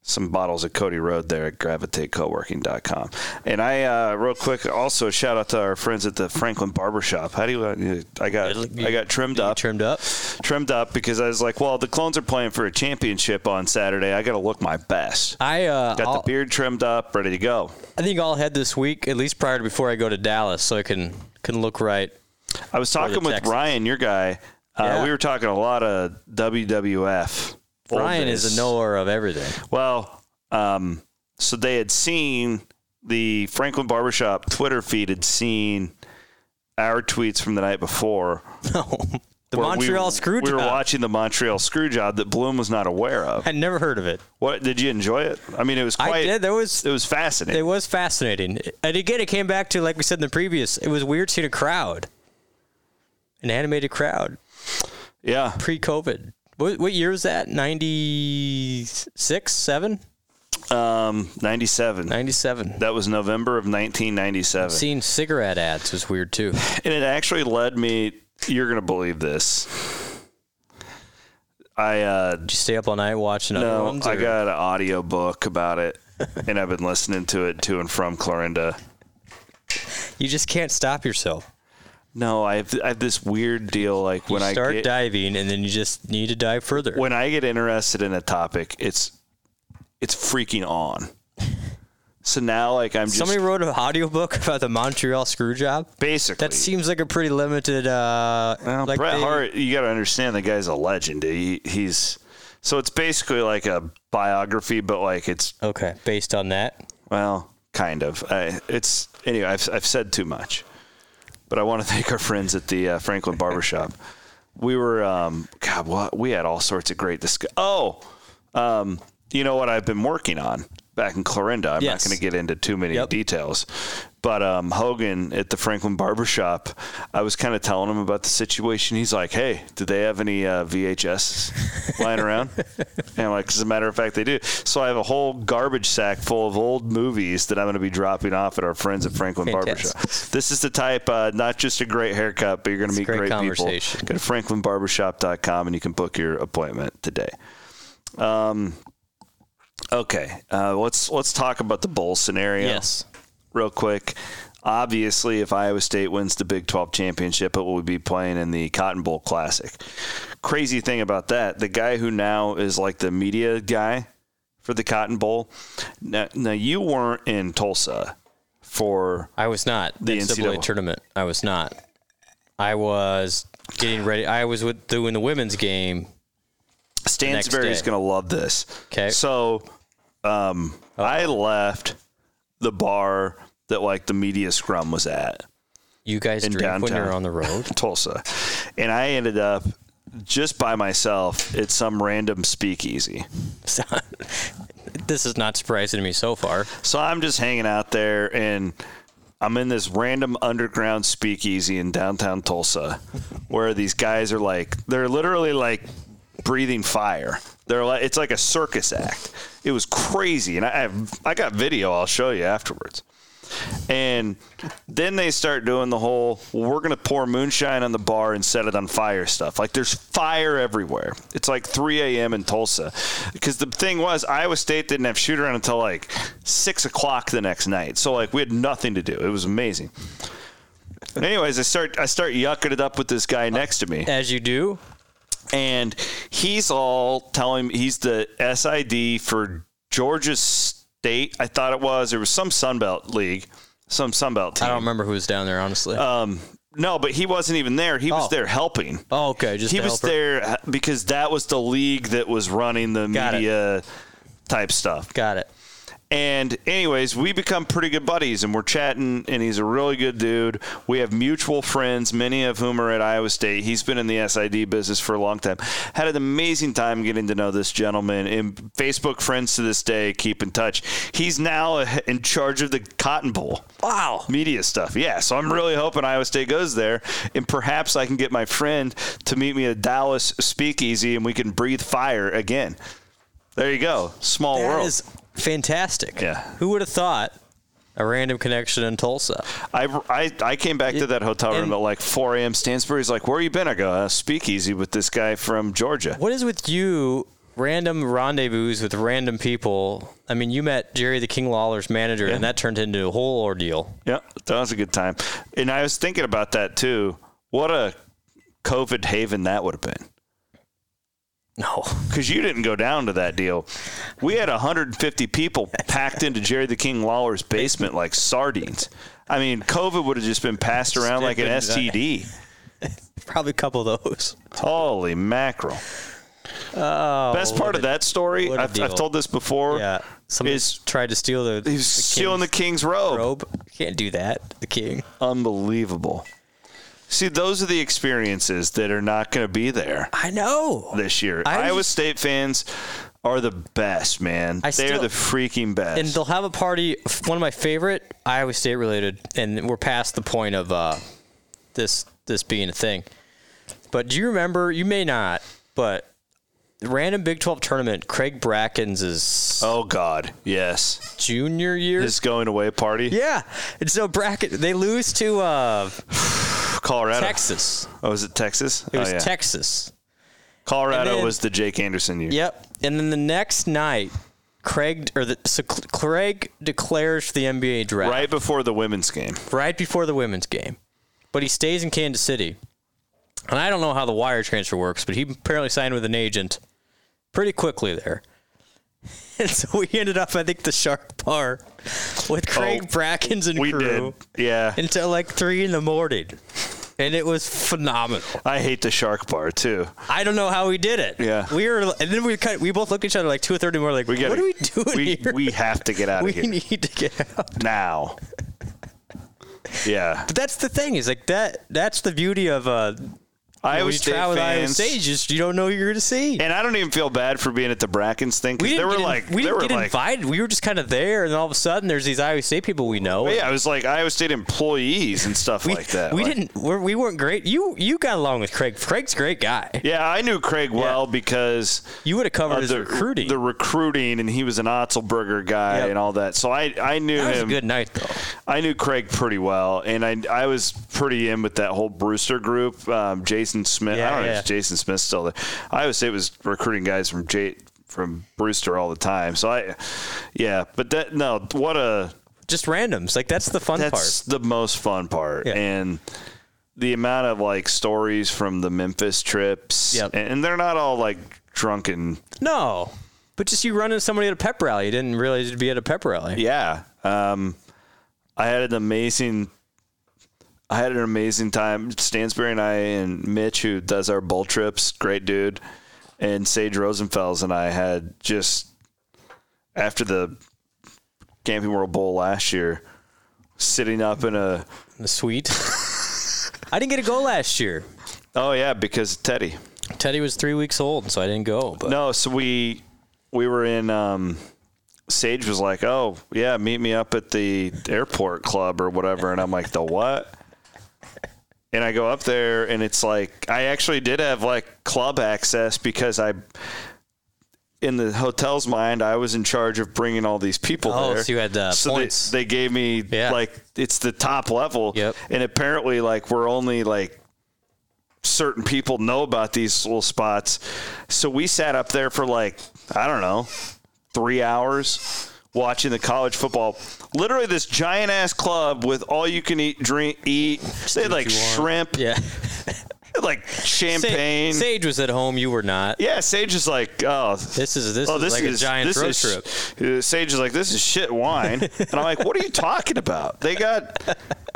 A: some bottles of Cody Road there at GravitateCoworking.com. And I uh, real quick also shout out to our friends at the Franklin Barbershop. How do you? uh, I got I got trimmed up
B: Trimmed up.
A: trimmed up because I was like, well, the clones are playing for a championship on Saturday. I got to look my best.
B: I uh,
A: Got
B: I'll-
A: the beard trimmed up, ready to go.
B: I think I'll head this week, at least prior to before I go to Dallas, so I can can look right.
A: I was talking with
B: Texans.
A: Ryan, your guy, Uh,
B: Yeah.
A: We were talking a lot of WWF. old
B: Brian is
A: days.
B: a knower
A: *laughs*
B: of everything.
A: Well, um, so they had seen the Franklin Barbershop Twitter feed had seen our tweets from the night before.
B: No, the
A: where we-
B: Montreal Screwjob.
A: We were watching the Montreal Screwjob that Bloom was not aware of.
B: I never heard of it.
A: What did you enjoy it? I mean, it was quite.
B: I did. There was
A: It was fascinating.
B: It was fascinating. And again, it came back to, like we said in the previous, it was weird seeing a crowd, an animated crowd
A: yeah,
B: pre COVID. What, what year was that? 96, 7?
A: um, ninety-seven.
B: 97.
A: That was November of nineteen ninety-seven.
B: Seeing cigarette ads was weird too.
A: And it actually led me. You're gonna believe this. I uh,
B: Did you stay up all night watching other
A: no,
B: ones?
A: I
B: or-
A: got an audio book about it, and I've been listening to it to and from Clorinda.
B: you just can't stop yourself.
A: No, I have, I have this weird deal. Like when
B: you
A: I
B: start
A: get,
B: diving and then you just need to dive further.
A: when I get interested in a topic, it's it's freaking on. So now, like I'm just
B: Somebody wrote an audiobook about the Montreal screw job.
A: basically
B: That seems like a pretty limited. Uh,
A: Well,
B: like
A: Bret
B: they-
A: Hart, you got to understand the guy's a legend. He, he's so it's basically like a biography, but like it's
B: Okay, based on that.
A: well, kind of. I, it's anyway. I've I've said too much, but I want to *laughs* thank our friends at the uh, Franklin Barbershop. we were um, God, what we had all sorts of great discuss. Oh, um, you know what I've been working on back in Clorinda. I'm not
B: Yes.
A: going to get into too many
B: Yep.
A: details. But um, Hogan at the Franklin Barbershop, I was kind of telling him about the situation. He's like, hey, do they have any uh, VHS lying around? *laughs* and I'm like, as a matter of fact, they do. So I have a whole garbage sack full of old movies that I'm going to be dropping off at our friends at Franklin
B: Fantastic.
A: Barbershop. This is the type, uh, not just a great haircut, but you're going to meet
B: great
A: great, people.
B: conversation.
A: Go to franklinbarbershop.com and you can book your appointment today. Um, okay, uh, let's let's talk about the bowl scenario
B: Yes.
A: real quick. Obviously, if Iowa State wins the Big 12 championship, it will be playing in the Cotton Bowl Classic. Crazy thing about that, the guy who now is like the media guy for the Cotton Bowl. Now, now you weren't in Tulsa for
B: I was not the NCAA
A: NCAA.
B: tournament. I was not. I was getting ready. I was with, doing the women's game.
A: Stansberry's
B: day.
A: going to love this.
B: 'Kay.
A: So um, I left the bar that like the media scrum was at.
B: You guys drink when
A: downtown.
B: you're on
A: *laughs*
B: the road.
A: Tulsa. And I ended up just by myself at some random speakeasy.
B: So- this is not surprising to me so far.
A: So I'm just hanging out there and I'm in this random underground speakeasy in downtown Tulsa where these guys are like they're literally like breathing fire. They're like it's like a circus act. It was crazy and I I've, I got video I'll show you afterwards. And then they start doing the whole well, we're going to pour moonshine on the bar and set it on fire stuff. Like there's fire everywhere. It's like 3 a.m. in Tulsa. Because the thing was, Iowa State didn't have shoot around until like 6 o'clock the next night. So like we had nothing to do. It was amazing. Anyways, I start I start yucking it up with this guy next to me
B: As you do,
A: and he's all telling me he's the SID for Georgia State. I thought it was there was some Sunbelt league, some Sunbelt team.
B: I don't remember who was down there, honestly.
A: Uh, no, but he wasn't even there. He was
B: Oh.
A: there helping.
B: oh, okay. Just
A: He
B: to
A: was
B: help her.
A: there uh, because that was the league that was running the
B: Got it.
A: media type stuff.
B: Got it.
A: And anyways, we become pretty good buddies and we're chatting and he's a really good dude. We have mutual friends, many of whom are at Iowa State. He's been in the SID business for a long time. Had an amazing time getting to know this gentleman and Facebook friends to this day keep in touch. He's now in charge of the Cotton Bowl
B: Wow.
A: media stuff. Yeah, so I'm really hoping Iowa State goes there, and perhaps I can get my friend to meet me at Dallas Speakeasy, and we can breathe fire again. There you go, small
B: That
A: world.
B: is fantastic.
A: Yeah.
B: Who would have thought a random connection in Tulsa?
A: I, I I came back to that hotel room
B: and-
A: at like 4 a.m. Stansbury's like, where you been? I go, uh, Speakeasy with this guy from Georgia.
B: What is with you? Random rendezvous with random people. I mean, you met Jerry the King Lawler's manager, and that turned into a whole ordeal.
A: Yeah, that was a good time. And I was thinking about that too. What a COVID haven that would have been.
B: No,
A: because you didn't go down to that deal. We had 150 people packed into Jerry the King Lawler's basement like sardines. I mean, COVID would have just been passed around like an
B: Stupid.
A: STD.
B: *laughs* probably a couple of those.
A: Holy mackerel.
B: Oh,
A: Best part of that story,
B: what a
A: I've, I've
B: deal.
A: told this before,
B: yeah, somebody
A: is-
B: tried to steal the.
A: he was stealing the king's robe.
B: robe. Can't do that. The king.
A: Unbelievable. See, those are the experiences that are not going to be there
B: I know.
A: this year.
B: I
A: Iowa
B: was-
A: State fans are the best, man.
B: I
A: they are
B: still-
A: the freaking best.
B: and they'll have a party. One of my favorite Iowa State related, and we're past the point of uh, this this being a thing. But do you remember? You may not, but the random Big Twelve tournament. Craig Brackens is
A: oh, God. Yes.
B: junior year.
A: His going away party.
B: yeah, and so Bracken they lose to uh,
A: Colorado.
B: Texas.
A: Oh, was it Texas?
B: It was
A: oh, yeah.
B: Texas.
A: Colorado
B: and then-
A: was the Jake Anderson year.
B: Yep. And then the next night, Craig or the, so Cl- Craig declares for the NBA draft
A: Right before the women's game.
B: right before the women's game, but he stays in Kansas City. And I don't know how the wire transfer works, but he apparently signed with an agent pretty quickly there. *laughs* And so we ended up, I think, the Shark Bar with Craig
A: Oh,
B: Brackens and
A: We
B: crew
A: did. Yeah.
B: until like three in the morning, and it was phenomenal.
A: I hate the shark bar, too.
B: I don't know how we did it.
A: Yeah.
B: we were, and then we cut. We both looked at each other like two or thirty. And we we're like,
A: We gotta,
B: what are we doing
A: we,
B: here?
A: We have
B: *laughs*
A: to get out
B: We
A: of here
B: need to get out.
A: now. Yeah.
B: But that's the thing is like that. That's the beauty of uh,
A: Iowa
B: when you
A: State
B: travel to Iowa
A: fans.
B: State, you just you don't know who you're going to see.
A: And I don't even feel bad for being at the Brackens thing. 'cause
B: we
A: There
B: didn't
A: were
B: get in-
A: like,
B: we
A: there
B: didn't
A: were
B: get
A: like,
B: invited. We were just kind of there, and all of a sudden, there's these Iowa State people we know.
A: yeah, it was like Iowa State employees and stuff
B: we,
A: like that.
B: We
A: Like-
B: didn't. We're, we weren't great. You you got along with Craig. Craig's a great guy.
A: Yeah, I knew Craig well because
B: You would have covered
A: of
B: his recruiting.
A: Uh, the recruiting, and he was an Otzelberger guy
B: Yep.
A: and all that. So I, I knew
B: that was a
A: him.
B: good night though.
A: I knew Craig pretty well, and I I was pretty in with that whole Brewster group. Um, Jason Smith. I
B: Yeah,
A: don't know
B: yeah.
A: if Jason Smith's still there. Iowa State was recruiting guys from J from Brewster all the time. So I, yeah, but that no, what a
B: Just randoms. Like that's the fun
A: that's
B: part.
A: the most fun part,
B: Yeah.
A: and the amount of like stories from the Memphis trips.
B: Yep.
A: and, and they're not all like drunken.
B: No, but just you running somebody at a pep rally. You didn't realize you'd be at a pep rally.
A: Yeah. Um, I had an amazing. I had an amazing time. Stansbury and I and Mitch, who does our bull trips, great dude, and Sage Rosenfels and I had just after the Camping World Bowl last year, sitting up in a
B: The suite. *laughs* I didn't get to go last year.
A: oh yeah because of Teddy.
B: Teddy was three weeks old, so I didn't go. But
A: No, so we we were in. Um, Sage was like, "Oh yeah, meet me up at the airport club or whatever," and I'm like, "The what?" And I go up there, and it's like I actually did have like club access because I, in the hotel's mind, I was in charge of bringing all these people
B: Oh,
A: there.
B: so you had, uh,
A: So they-
B: points.
A: They, gave me
B: Yeah.
A: like it's the top level,
B: Yep.
A: and apparently like we're only like certain people know about these little spots. So we sat up there for like, I don't know, three hours watching the college football. Literally this giant ass club with all you can eat, drink, eat. They had like shrimp,
B: yeah.
A: like champagne.
B: Sa- Sage was at home. You were not.
A: yeah, Sage is like, oh,
B: This is this
A: oh,
B: is
A: this
B: like
A: is
B: a giant
A: this
B: road
A: is-
B: trip.
A: uh, Sage is like, this is shit wine,
B: *laughs*
A: and I'm like, what are you talking about? They got,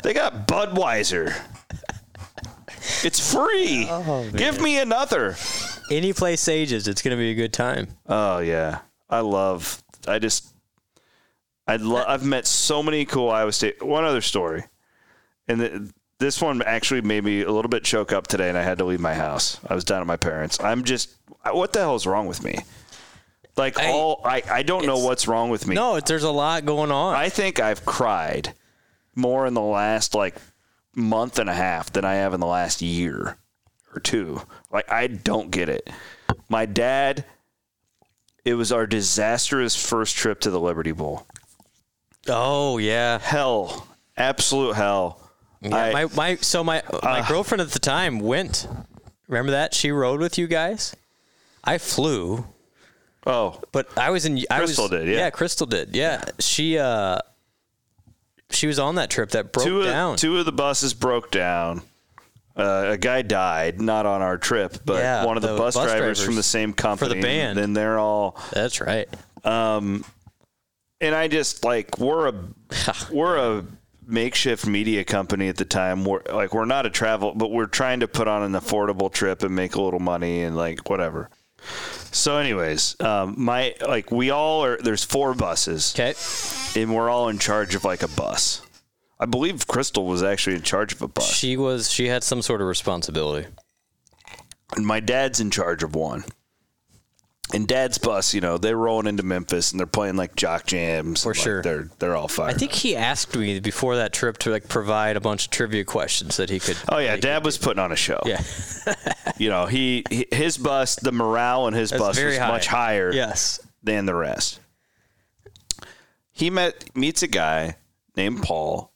A: they got Budweiser. It's
B: *laughs*
A: free.
B: Oh,
A: Give me another.
B: Any place Sages, it's gonna be a good time.
A: Oh yeah, I love. I just, I love. I've met so many cool Iowa State. One other story, and the, this one actually made me a little bit choke up today, and I had to leave my house. I was down at my parents. I'm just, what the hell is wrong with me? Like
B: I-
A: all, I I don't know
B: it's-
A: what's wrong with me.
B: No, it- there's a lot going on.
A: I think I've cried more in the last like month and a half than I have in the last year or two. Like I don't get it. My dad it was our disastrous first trip to the Liberty Bowl.
B: oh yeah.
A: Hell, absolute hell. I- Ah.
B: my my so my my girlfriend at the time went. Remember that she rode with you guys. I flew,
A: oh,
B: but I was in. I was-
A: Crystal did, yeah.
B: Crystal did. Yeah, she uh, she was on that trip that broke
A: two
B: down.
A: of, two of the buses broke down. Uh, a guy died, not on our trip, but
B: Yeah,
A: one of the,
B: the
A: bus,
B: bus
A: drivers, from
B: drivers
A: the same company.
B: band.
A: Then they're all
B: That's right. *laughs*
A: and I just like we're a we're a makeshift media company at the time. We're like we're not a travel, but we're trying to put on an affordable trip and make a little money and like whatever. So, anyways, um, my like we all are. There's four buses,
B: Okay.
A: and we're all in charge of like a bus. I believe Crystal was actually in charge of a bus,
B: She was. She had some sort of responsibility.
A: and my dad's in charge of one. And Dad's bus, you know, they're rolling into Memphis and they're playing like jock jams. For
B: sure.
A: they're they're all fired.
B: I think he asked me before that trip to like provide a bunch of trivia questions that he could.
A: Oh yeah, Dad was putting on a show.
B: Yeah.
A: you know, he he- his bus, the morale in his bus
B: very
A: was
B: high.
A: much higher
B: Yes.
A: than the rest. He met meets a guy named Paul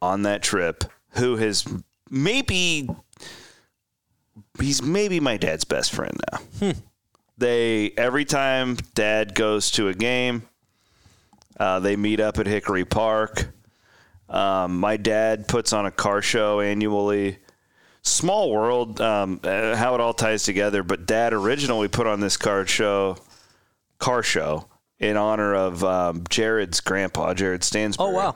A: on that trip who has maybe he's maybe my dad's best friend now.
B: Hmm.
A: They every time Dad goes to a game, uh, they meet up at Hickory Park. Um, my dad puts on a car show annually. Small world, um, uh, how it all ties together. But dad originally put on this car show, car show in honor of um, Jared's grandpa, Jared Stansberry
B: Oh wow.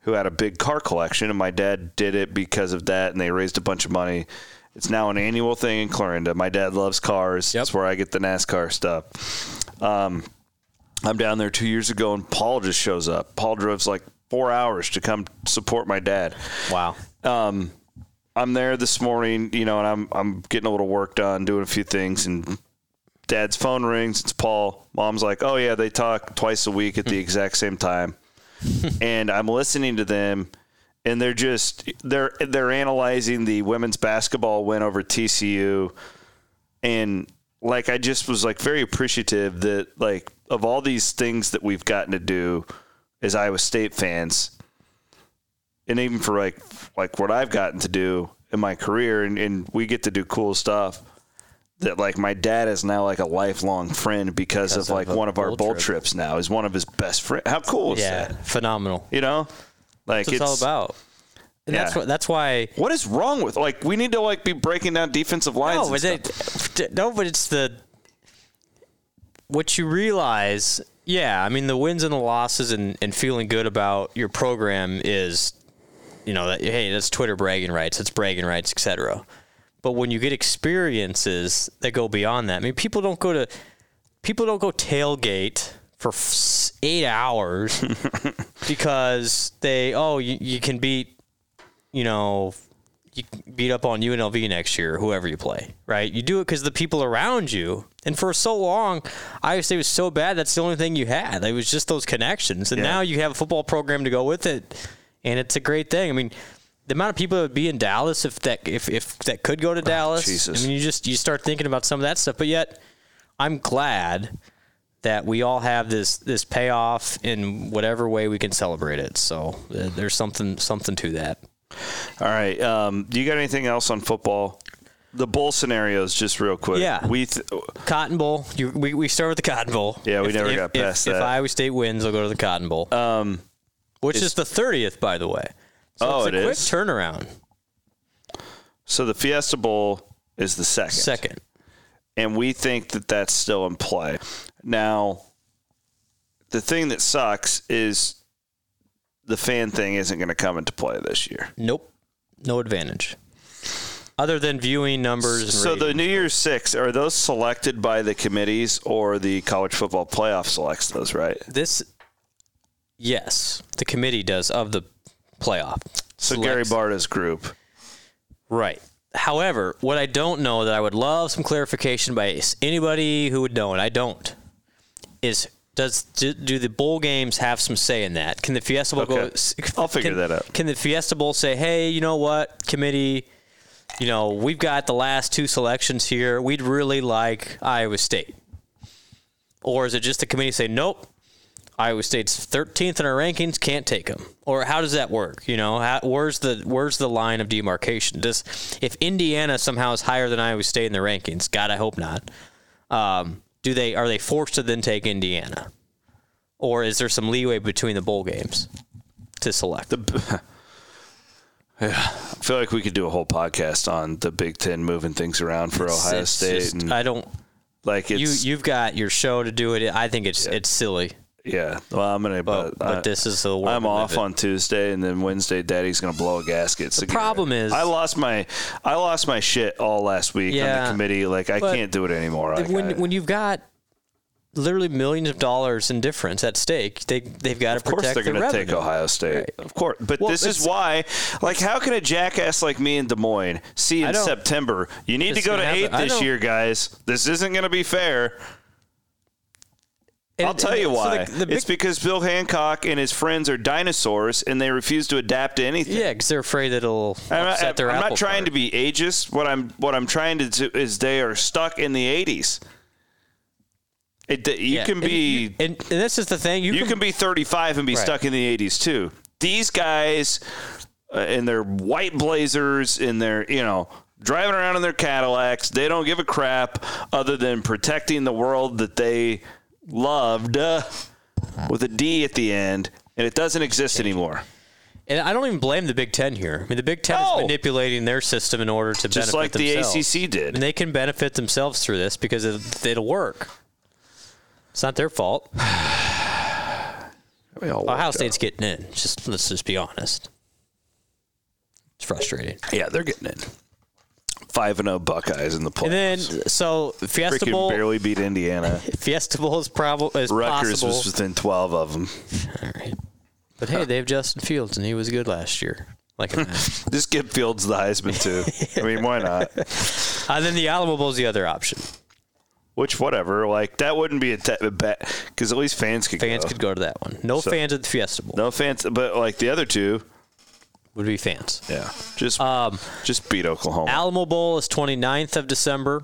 A: who had a big car collection, and my dad did it because of that, and they raised a bunch of money. It's now an annual thing in Clarinda. My dad loves cars. That's where I get the NASCAR stuff. Um, I'm down there two years ago, and Paul just shows up. Paul drives like four hours to come support my dad.
B: Wow.
A: I'm there this morning, you know, and I'm I'm getting a little work done, doing a few things, and Dad's phone rings. It's Paul. Mom's like, "Oh yeah, they talk twice a week at the exact same time," and I'm listening to them, and they're just they're they're analyzing the women's basketball win over TCU, and like I just was like very appreciative that like of all these things that we've gotten to do as Iowa State fans, and even for like like what I've gotten to do in my career, and, and we get to do cool stuff. That like my dad is now like a lifelong friend because, of
B: of
A: like
B: a
A: one of our
B: bowl
A: bowl
B: trip.
A: trips. Now is one of his best friend. How cool is
B: Yeah.
A: that?
B: Phenomenal.
A: You know, like
B: That's what it's all about. And that's
A: Yeah.
B: what. That's why.
A: What is wrong with like we need to like be breaking down defensive lines?
B: No,
A: and
B: but
A: stuff.
B: they- no, but it's the what you realize. Yeah, I mean the wins and the losses and, and feeling good about your program is, you know, that hey, that's Twitter bragging rights, that's bragging rights, etc. But when you get experiences that go beyond that, I mean, people don't go to people don't go tailgate for f- s- eight hours because they oh you, you can beat you know you can beat up on UNLV next year, whoever you play, right? You do it because the people around you. And for so long, Iowa State was so bad. That's the only thing you had. It was just those connections. And
A: Yeah.
B: now you have a football program to go with it, and it's a great thing. I mean, the amount of people that would be in Dallas if that if, if that could go to Dallas.
A: Oh, Jesus.
B: I mean, you just you start thinking about some of that stuff. But yet, I'm glad that we all have this this payoff in whatever way we can celebrate it. So uh, there's something something to that.
A: All right. Um, do you got anything else on football? The bowl scenarios, just real quick.
B: Yeah.
A: We th-
B: Cotton Bowl. You, we, we start with the Cotton Bowl.
A: Yeah, we
B: If-
A: never
B: if-
A: got
B: if-
A: past
B: if,
A: that.
B: Iowa State wins, they'll go to the Cotton Bowl. Um, which is the thirtieth, by the way. So
A: Oh,
B: it's
A: it
B: a quick
A: is?
B: turnaround.
A: so the Fiesta Bowl is the second,
B: Second,
A: and we think that that's still in play. Now, the thing that sucks is the fan thing isn't going to come into play this year.
B: nope, no advantage. Other than viewing numbers. And
A: So the New Year's six are those selected by the committees or the college football playoff selects those, right?
B: this, yes, the committee does of the playoff.
A: So Gary
B: Selects-
A: Barta's group.
B: Right. However, what I don't know that I would love some clarification by s- anybody who would know, and I don't, is does do, do the bowl games have some say in that? Can the Fiesta Bowl go?
A: Okay.
B: s-
A: I'll figure
B: can-
A: that out.
B: Can the Fiesta Bowl say, "Hey, you know what, committee? You know, we've got the last two selections here. We'd really like Iowa State." Or is it just the committee say, "Nope, Iowa State's 13th in our rankings, can't take them. Or how does that work? You know, how, where's the where's the line of demarcation? Does if Indiana somehow is higher than Iowa State in the rankings? God, I hope not. Um, do they are they forced to then take Indiana, or is there some leeway between the bowl games to select?
A: I feel like we could do a whole podcast on the Big Ten moving things around for Ohio
B: It's
A: State.
B: just-
A: and
B: I don't.
A: like
B: You
A: it's
B: you've got your show to do it. I think it's it's silly.
A: Yeah. Well, I'm gonna. But,
B: But, but
A: I-
B: this is the world
A: I'm
B: we live
A: off
B: in.
A: on Tuesday, and then Wednesday, Daddy's gonna blow a gasket. The
B: problem is-
A: I lost my, I lost my shit all last week on
B: Yeah.
A: the committee. Like I
B: But
A: can't do it anymore. Like,
B: when
A: I-
B: when you've got literally millions of dollars in difference at stake, they they've got to
A: Of course
B: protect
A: they're
B: their
A: going to
B: revenue.
A: take Ohio State. Of course. But
B: Well,
A: this is
B: it's-
A: why, like, how can a jackass like me in Des Moines see in
B: don't-
A: September, you need to
B: It's
A: go to
B: gonna happen.
A: eight
B: I
A: this
B: know.
A: year, guys? This isn't going to be fair.
B: And- *laughs*
A: I'll tell
B: and
A: you
B: so the-
A: why.
B: the big-
A: it's because Bill Hancock and his friends are dinosaurs and they refuse to adapt to anything.
B: yeah, because they're afraid it'll
A: I'm not,
B: upset their
A: I'm
B: apple
A: not trying
B: cart.
A: to be ageist. What I'm what I'm trying to do is they are stuck in the 80s. It, you
B: Yeah,
A: can
B: and
A: be
B: you- and, and this is the thing you,
A: you can be 35 and be
B: Right.
A: stuck in the 80s too. These guys uh, in their white blazers, in their, you know, driving around in their Cadillacs, they don't give a crap other than protecting the world that they loved uh, with a D at the end. And it doesn't exist anymore.
B: and I don't even blame the Big Ten here. I mean, the Big Ten
A: No.
B: is manipulating their system in order to
A: Just
B: benefit
A: like the
B: themselves.
A: ACC did.
B: and they can benefit themselves through this because it, it'll work. It's not their fault. Ohio State's getting in. Just let's just be honest. It's frustrating.
A: Yeah, they're getting in. 5 and 0 Buckeyes in the playoffs.
B: And then so Fiesta
A: Freaking
B: Bowl,
A: barely beat
B: *laughs*
A: Indiana.
B: Fiesta Bowl is probably is
A: Rutgers
B: possible.
A: was within 12 of them.
B: All right. But hey, they have Justin Fields, and he was good last year.
A: *laughs*
B: Like, a man.
A: Just give Fields the Heisman, too. I mean, why not?
B: and Uh, then the Alamo Bowl is the other option.
A: Which, whatever, like that wouldn't be a, te- a bet because at least fans could
B: Fans
A: go.
B: could go to that one. No fans at the Fiesta Bowl
A: No fans, but like the other two,
B: would be fans.
A: yeah, just
B: Um,
A: just beat Oklahoma.
B: Alamo Bowl is 29th of December.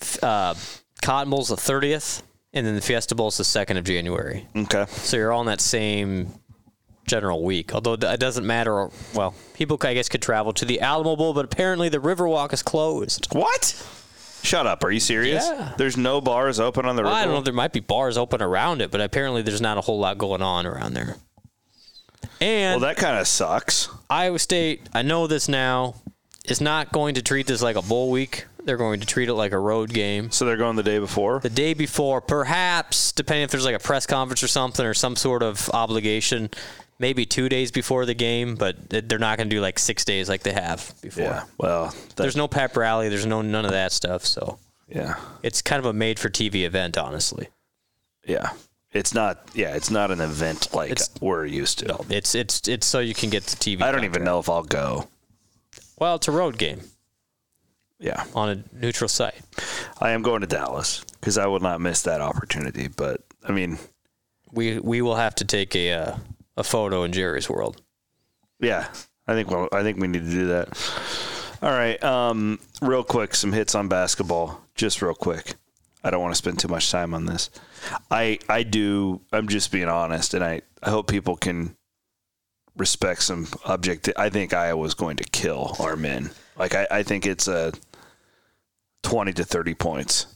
B: F- Uh, Cotton Bowl's the 30th, and then the Fiesta Bowl is the 2nd of January.
A: okay,
B: So you're all in that same general week. Although it doesn't matter. Well, people I guess could travel to the Alamo Bowl, but apparently the Riverwalk is closed.
A: what? Shut up! Are you serious?
B: Yeah.
A: There's no bars open on the river.
B: I don't know. There might be bars open around it, but apparently there's not a whole lot going on around there. And
A: Well, that kind of sucks.
B: Iowa State, I know this now, is not going to treat this like a bowl week. They're going to treat it like a road game.
A: So they're going the day before.
B: the day before, perhaps, depending if there's like a press conference or something or some sort of obligation, maybe two days before the game, but th- they're not going to do like six days like they have before.
A: Yeah. Well, that,
B: There's no pep rally, there's no none of that stuff. So
A: yeah,
B: it's kind of a made for TV event, honestly.
A: yeah. It's not. Yeah, it's not an event like we're used to.
B: It's it's it's so you can get the TV.
A: I don't even know if I'll go.
B: Well, it's a road game
A: Yeah,
B: on a neutral site.
A: I am going to Dallas because I will not miss that opportunity. But I mean,
B: We we will have to take a uh, a photo in Jerry's world.
A: Yeah, I think well, I think we need to do that. All right, um, real quick, some hits on basketball, just real quick. I don't want to spend too much time on this. I I do. I'm just being honest, and I I hope people can respect some object. I think Iowa's going to kill our men. Like I, I think it's a twenty to thirty points.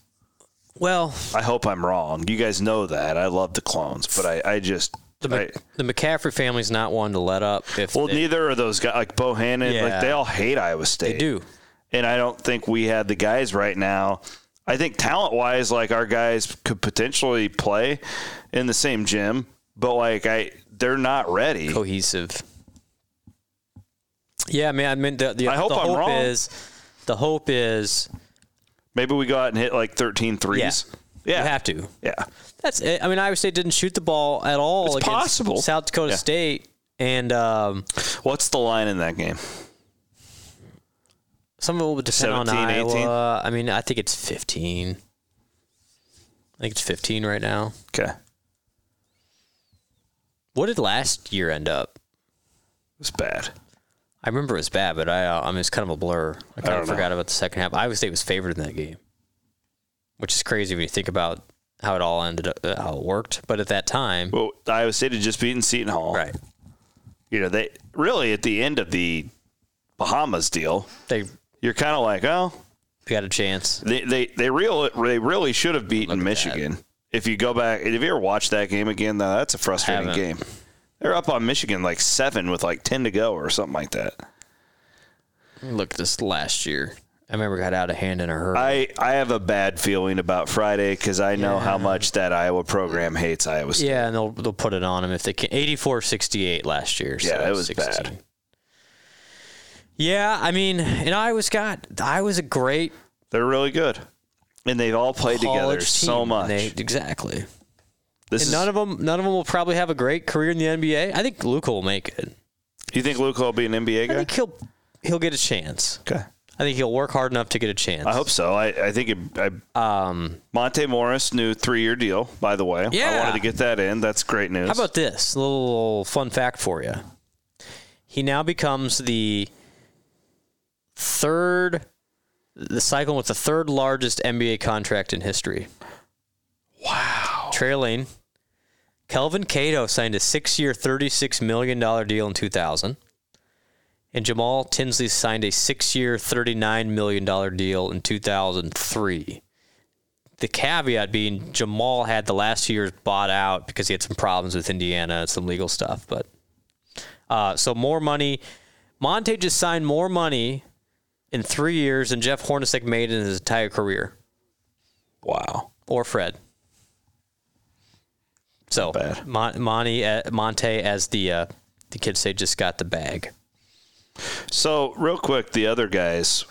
B: Well,
A: I hope I'm wrong. You guys know that. I love the clones, but I I just.
B: the
A: I,
B: Mc, the McCaffrey family's not one to let up. If
A: well,
B: they,
A: neither are those guys. Like Bohannon,
B: Yeah.
A: like they all hate Iowa State.
B: they do.
A: and I don't think we have the guys right now. I think talent wise, like our guys could potentially play in the same gym, but like I, they're not ready.
B: cohesive. Yeah, man. I mean, the, the,
A: I hope
B: the
A: I'm
B: hope
A: wrong.
B: is the hope is
A: Maybe we go out and hit like 13 threes.
B: you
A: Yeah,
B: have to.
A: yeah,
B: That's it. I mean, Iowa State didn't shoot the ball at all.
A: It's
B: against
A: possible.
B: South Dakota
A: Yeah.
B: State and um,
A: What's the line in that game?
B: some of it will depend on
A: 17, 18?
B: Iowa. I mean, I think it's fifteen. I think it's fifteen right now.
A: Okay, it
B: What did last year end up?
A: was bad.
B: I remember it was bad, but I uh, I mean it's kind of a blur. I kind
A: don't
B: of
A: know.
B: forgot about the second half. Iowa State was favored in that game, which is crazy when you think about how it all ended up, uh, how it worked. But at that time,
A: Well, Iowa State had just beaten Seton Hall.
B: right?
A: You know, they really at the end of the Bahamas deal,
B: They
A: you're kind of like, oh,
B: they got a chance.
A: They they they real they really should have beaten Michigan. If you go back, if you ever watched that game again, though, that's a frustrating
B: Haven't.
A: game. They're up on Michigan like seven with like ten to go or something like that.
B: Look at this last year I remember it got out of hand in a hurry.
A: I, I have a bad feeling about Friday because I know how much that Iowa program hates Iowa State.
B: yeah, and they'll they'll put it on them if they can. 84-68 last year. So
A: Yeah, it was bad.
B: Yeah, I mean, and Iowa's got Iowa's a great
A: They're really good, and they've all played together
B: college
A: so
B: team.
A: much.
B: They- exactly.
A: this
B: And
A: is,
B: none of them, none of them will probably have a great career in the NBA. I think Luca will make it.
A: you think Luke will be an NBA
B: I
A: guy?
B: think he'll he'll get a chance.
A: okay.
B: I think he'll work hard enough to get a chance.
A: I hope so. I, I think it, I,
B: Um,
A: Monte Morris new three year deal. By the way, I
B: Yeah.
A: wanted to get that in. That's great news.
B: How about this? A little fun fact for you. He now becomes the third, the cycle with the third largest NBA contract in history. Wow. Trailing. Kelvin Cato signed a six year, $36 million deal in 2000. And Jamal Tinsley signed a six year, $39 million deal in 2003 the caveat being Jamal had the last two years bought out because he had some problems with Indiana and some legal stuff. But uh, so more money. Monte just signed more money in three years than Jeff Hornacek made in his entire career. Wow. Or Fred. So
A: bad.
B: Mon- Monty, uh, Monte, as the uh, the kids say, just got the bag.
A: so real quick? The other guys,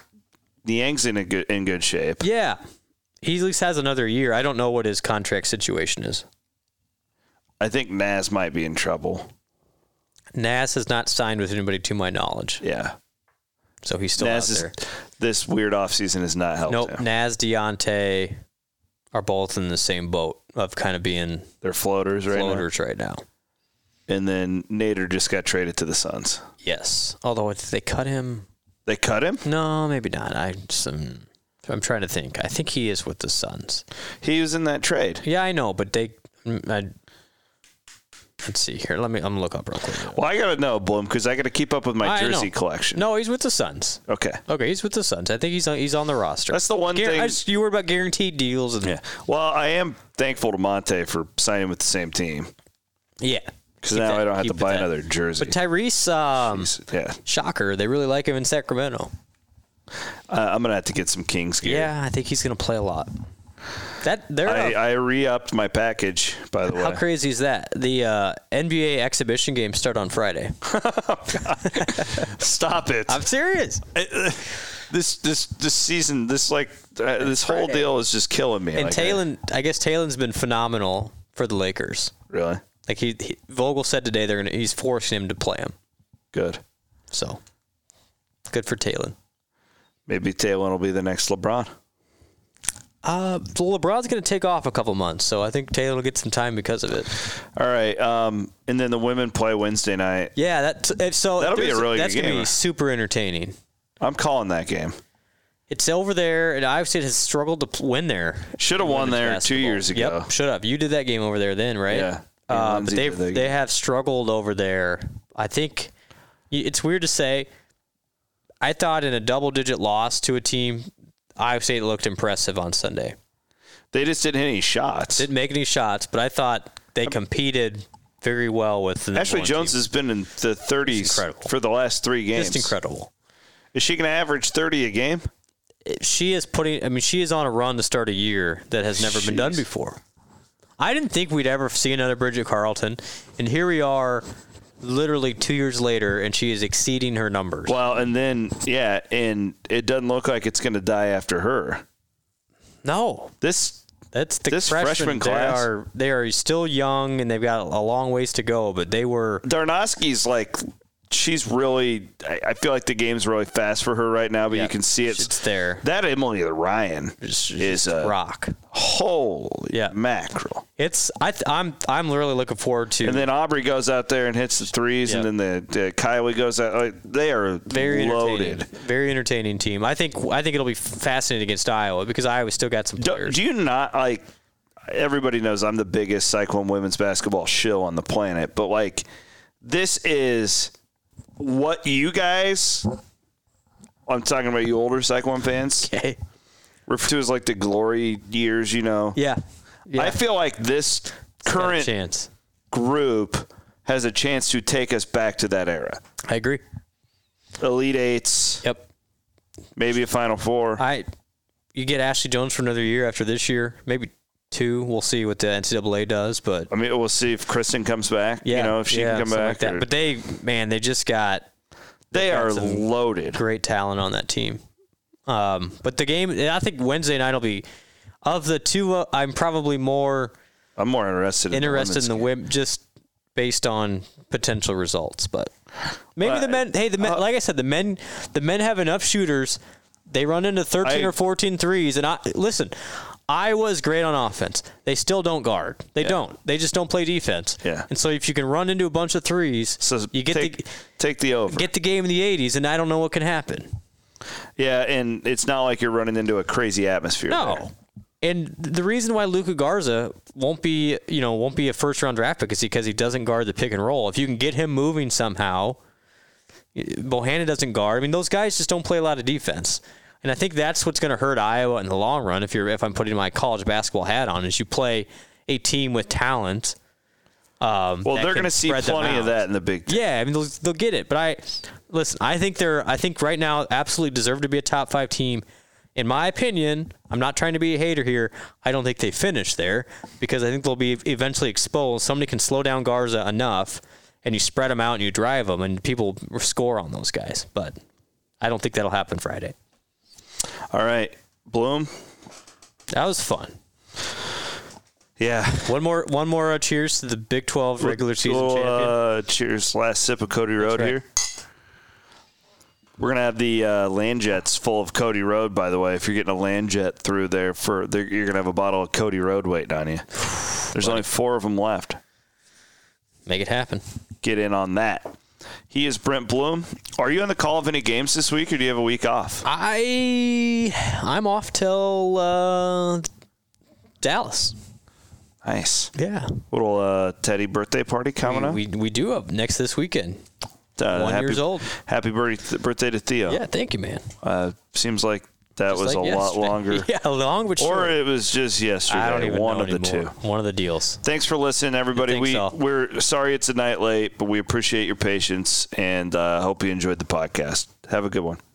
A: Niang's in a good in good shape.
B: Yeah, he at least has another year. I don't know what his contract situation is.
A: I think Nas might be in trouble.
B: Nas has not signed with anybody to my knowledge.
A: Yeah,
B: So he's still
A: Nas
B: out
A: is
B: there.
A: this weird offseason has not helped.
B: Nope.
A: him.
B: Nas Deontay are both in the same boat of kind of being
A: They're floaters right now.
B: floaters right now.
A: and then Nader just got traded to the Suns.
B: Yes. Although if they cut him,
A: They cut him.
B: no, maybe not. I just, um, I'm trying to think. I think he is with the Suns.
A: He was in that trade.
B: Yeah, I know, but they. mm, I, let's see here. Let me. I'm gonna look up real quick.
A: Well, I gotta know Bloom because I gotta keep up with my
B: I know.
A: jersey collection.
B: No, he's with the Suns.
A: Okay.
B: Okay, he's with the Suns. I think he's on. He's on the roster.
A: That's the one
B: Guar-
A: thing-
B: I just, you were about guaranteed deals and
A: Yeah. Well, I am thankful to Monte for signing with the same team
B: yeah.
A: because
B: Keep
A: now
B: that-
A: I don't have to
B: keep
A: buy
B: that.
A: another jersey.
B: But Tyrese, um,
A: yeah,
B: shocker, they really like him in Sacramento.
A: uh, I'm gonna have to get some Kings gear.
B: Yeah, I think he's going to play a lot. That they're
A: I,
B: up-
A: I re-upped my package, by the
B: how
A: way.
B: crazy is that? The uh, NBA exhibition games start on Friday.
A: *laughs* Stop it!
B: I'm serious.
A: this this this season, this like uh, this whole
B: Friday.
A: deal is just killing me.
B: And
A: like, I-
B: Talon, I guess Talon's been phenomenal for the Lakers.
A: really
B: Like he, he Vogel said today, they're gonna he's forcing him to play him.
A: good.
B: So good for Talon.
A: Maybe Taylor will be the next LeBron.
B: Uh, LeBron's gonna take off a couple months, so I think Taylor will get some time because of it.
A: All right, um, and then the women play Wednesday night.
B: Yeah, that if so if
A: That'll be a
B: there's-
A: really good
B: that's gonna
A: game.
B: be super entertaining.
A: I'm calling that game.
B: It's over there, and Iowa State has struggled to p- win there.
A: Should have won there two
B: basketball.
A: years ago.
B: Yep, shut up. You did that game over there then, right?
A: Yeah. Yeah,
B: Uh, but
A: Lindsay
B: they
A: did that
B: they
A: game.
B: have struggled over there. I think y- it's weird to say. I thought in a double digit loss to a team, Iowa State looked impressive on Sunday.
A: They just didn't hit any shots.
B: Didn't make any shots, but I thought they competed very well with the number
A: Ashley
B: one
A: Jones
B: team.
A: has been in the 30s
B: incredible.
A: for the last three games.
B: just incredible.
A: Is she going to average 30 a game?
B: she is putting. I mean, she is on a run to start a year that has never been done
A: Jeez.
B: before. I didn't think we'd ever see another Bridget Carlton, and here we are, literally two years later, and she is exceeding her numbers.
A: Well, and then yeah, and it doesn't look like it's going to die after her.
B: No,
A: This
B: that's the
A: This freshman
B: freshmen,
A: class-
B: They are they are still young, and they've got a long ways to go. But they were
A: Darnoski's like she's really. I, I feel like the game's really fast for her right now, but you
B: Yeah,
A: can see
B: it's
A: it's
B: there.
A: that Emily Ryan is a
B: rock.
A: holy
B: Yeah.
A: mackerel.
B: It's I th- I'm I'm really looking forward to
A: And then Aubrey goes out there and hits the threes,
B: Yep.
A: and then the, the Kylie goes out. Like, they are
B: very
A: loaded.
B: entertaining, very entertaining team. I think I think it'll be fascinating against Iowa because Iowa's still got some
A: Do,
B: players.
A: do you not like? Everybody knows I'm the biggest Cyclone women's basketball shill on the planet, but like, this is what you guys. I'm talking about you older Cyclone fans
B: Okay.
A: refer to as like the glory years. You know,
B: *laughs* Yeah. Yeah.
A: I feel like this
B: Got a
A: current
B: chance.
A: group has a chance to take us back to that era.
B: I agree.
A: Elite eights,
B: Yep.
A: maybe a Final Four.
B: I you get Ashley Jones for another year after this year, maybe two. We'll see what the NCAA does, but
A: I mean, we'll see if Kristen comes back.
B: yeah,
A: you know, if she
B: yeah,
A: can come
B: something
A: back.
B: like that.
A: or-
B: But they, man, they just got
A: they are
B: got some
A: loaded.
B: great talent on that team. Um, but the game, I think Wednesday night will be of the two. Uh, I'm probably more
A: I'm more interested. In
B: interested in the
A: women's.
B: whim just based on potential results. But maybe the men. Hey, the
A: uh,
B: men. like I said, the men. The men have enough shooters. They run into 13
A: I-
B: or 14 threes. And I listen. Iowa's great on offense. They still don't guard. They don't. They just don't play defense.
A: Yeah.
B: And so if you can run into a bunch of threes,
A: So
B: you get
A: take,
B: the
A: take the over.
B: get the game in the 80s, and I don't know what can happen.
A: yeah, and it's not like you're running into a crazy atmosphere. there.
B: No. And the reason why Luca Garza won't be, you know, won't be a first round draft pick is because he doesn't guard the pick and roll. If you can get him moving somehow, Bohanna doesn't guard. I mean, those guys just don't play a lot of defense. And I think that's what's going to hurt Iowa in the long run. If you're, if I'm putting my college basketball hat on, is you play a team with talent. Um,
A: Well,
B: that
A: they're going
B: can
A: to see
B: spread them
A: plenty of
B: out.
A: that in the Big Ten.
B: *laughs* Yeah, I mean they'll, they'll get it. But I listen. I think they're. I think right now absolutely deserve to be a top five team. In my opinion, I'm not trying to be a hater here. I don't think they finish there because I think they'll be eventually exposed. Somebody can slow down Garza enough, and you spread them out and you drive them, and people score on those guys. But I don't think that'll happen Friday.
A: All right, Bloom.
B: That was fun.
A: Yeah,
B: One more, one more. Uh, cheers to the Big 12 regular season
A: Little,
B: champion.
A: Uh, cheers. Last sip of Cody Road
B: right.
A: here. We're gonna have the uh, land jets full of Cody Road. By the way, if you're getting a land jet through there, for there, you're gonna have a bottle of Cody Road waiting on you. There's only four of them left.
B: Make it happen.
A: Get in on that. He is Brent Bloom. Are you on the call of any games this week, or do you have a week off?
B: I I'm off till uh, Dallas.
A: Nice
B: Yeah,
A: little uh, Teddy birthday party coming up.
B: we we do up next this weekend.
A: Uh,
B: one years old.
A: Happy birthday, birthday to Theo.
B: Yeah, thank you, man.
A: Uh, seems like that was
B: Like
A: a lot
B: yesterday.
A: longer.
B: *laughs* Yeah, long but
A: Or
B: short.
A: it was just yesterday.
B: I don't even
A: one
B: know
A: of the
B: anymore.
A: two.
B: One of the deals.
A: Thanks for listening, everybody.
B: Think
A: We
B: so.
A: we're sorry it's a night late, but we appreciate your patience and uh, hope you enjoyed the podcast. Have a good one.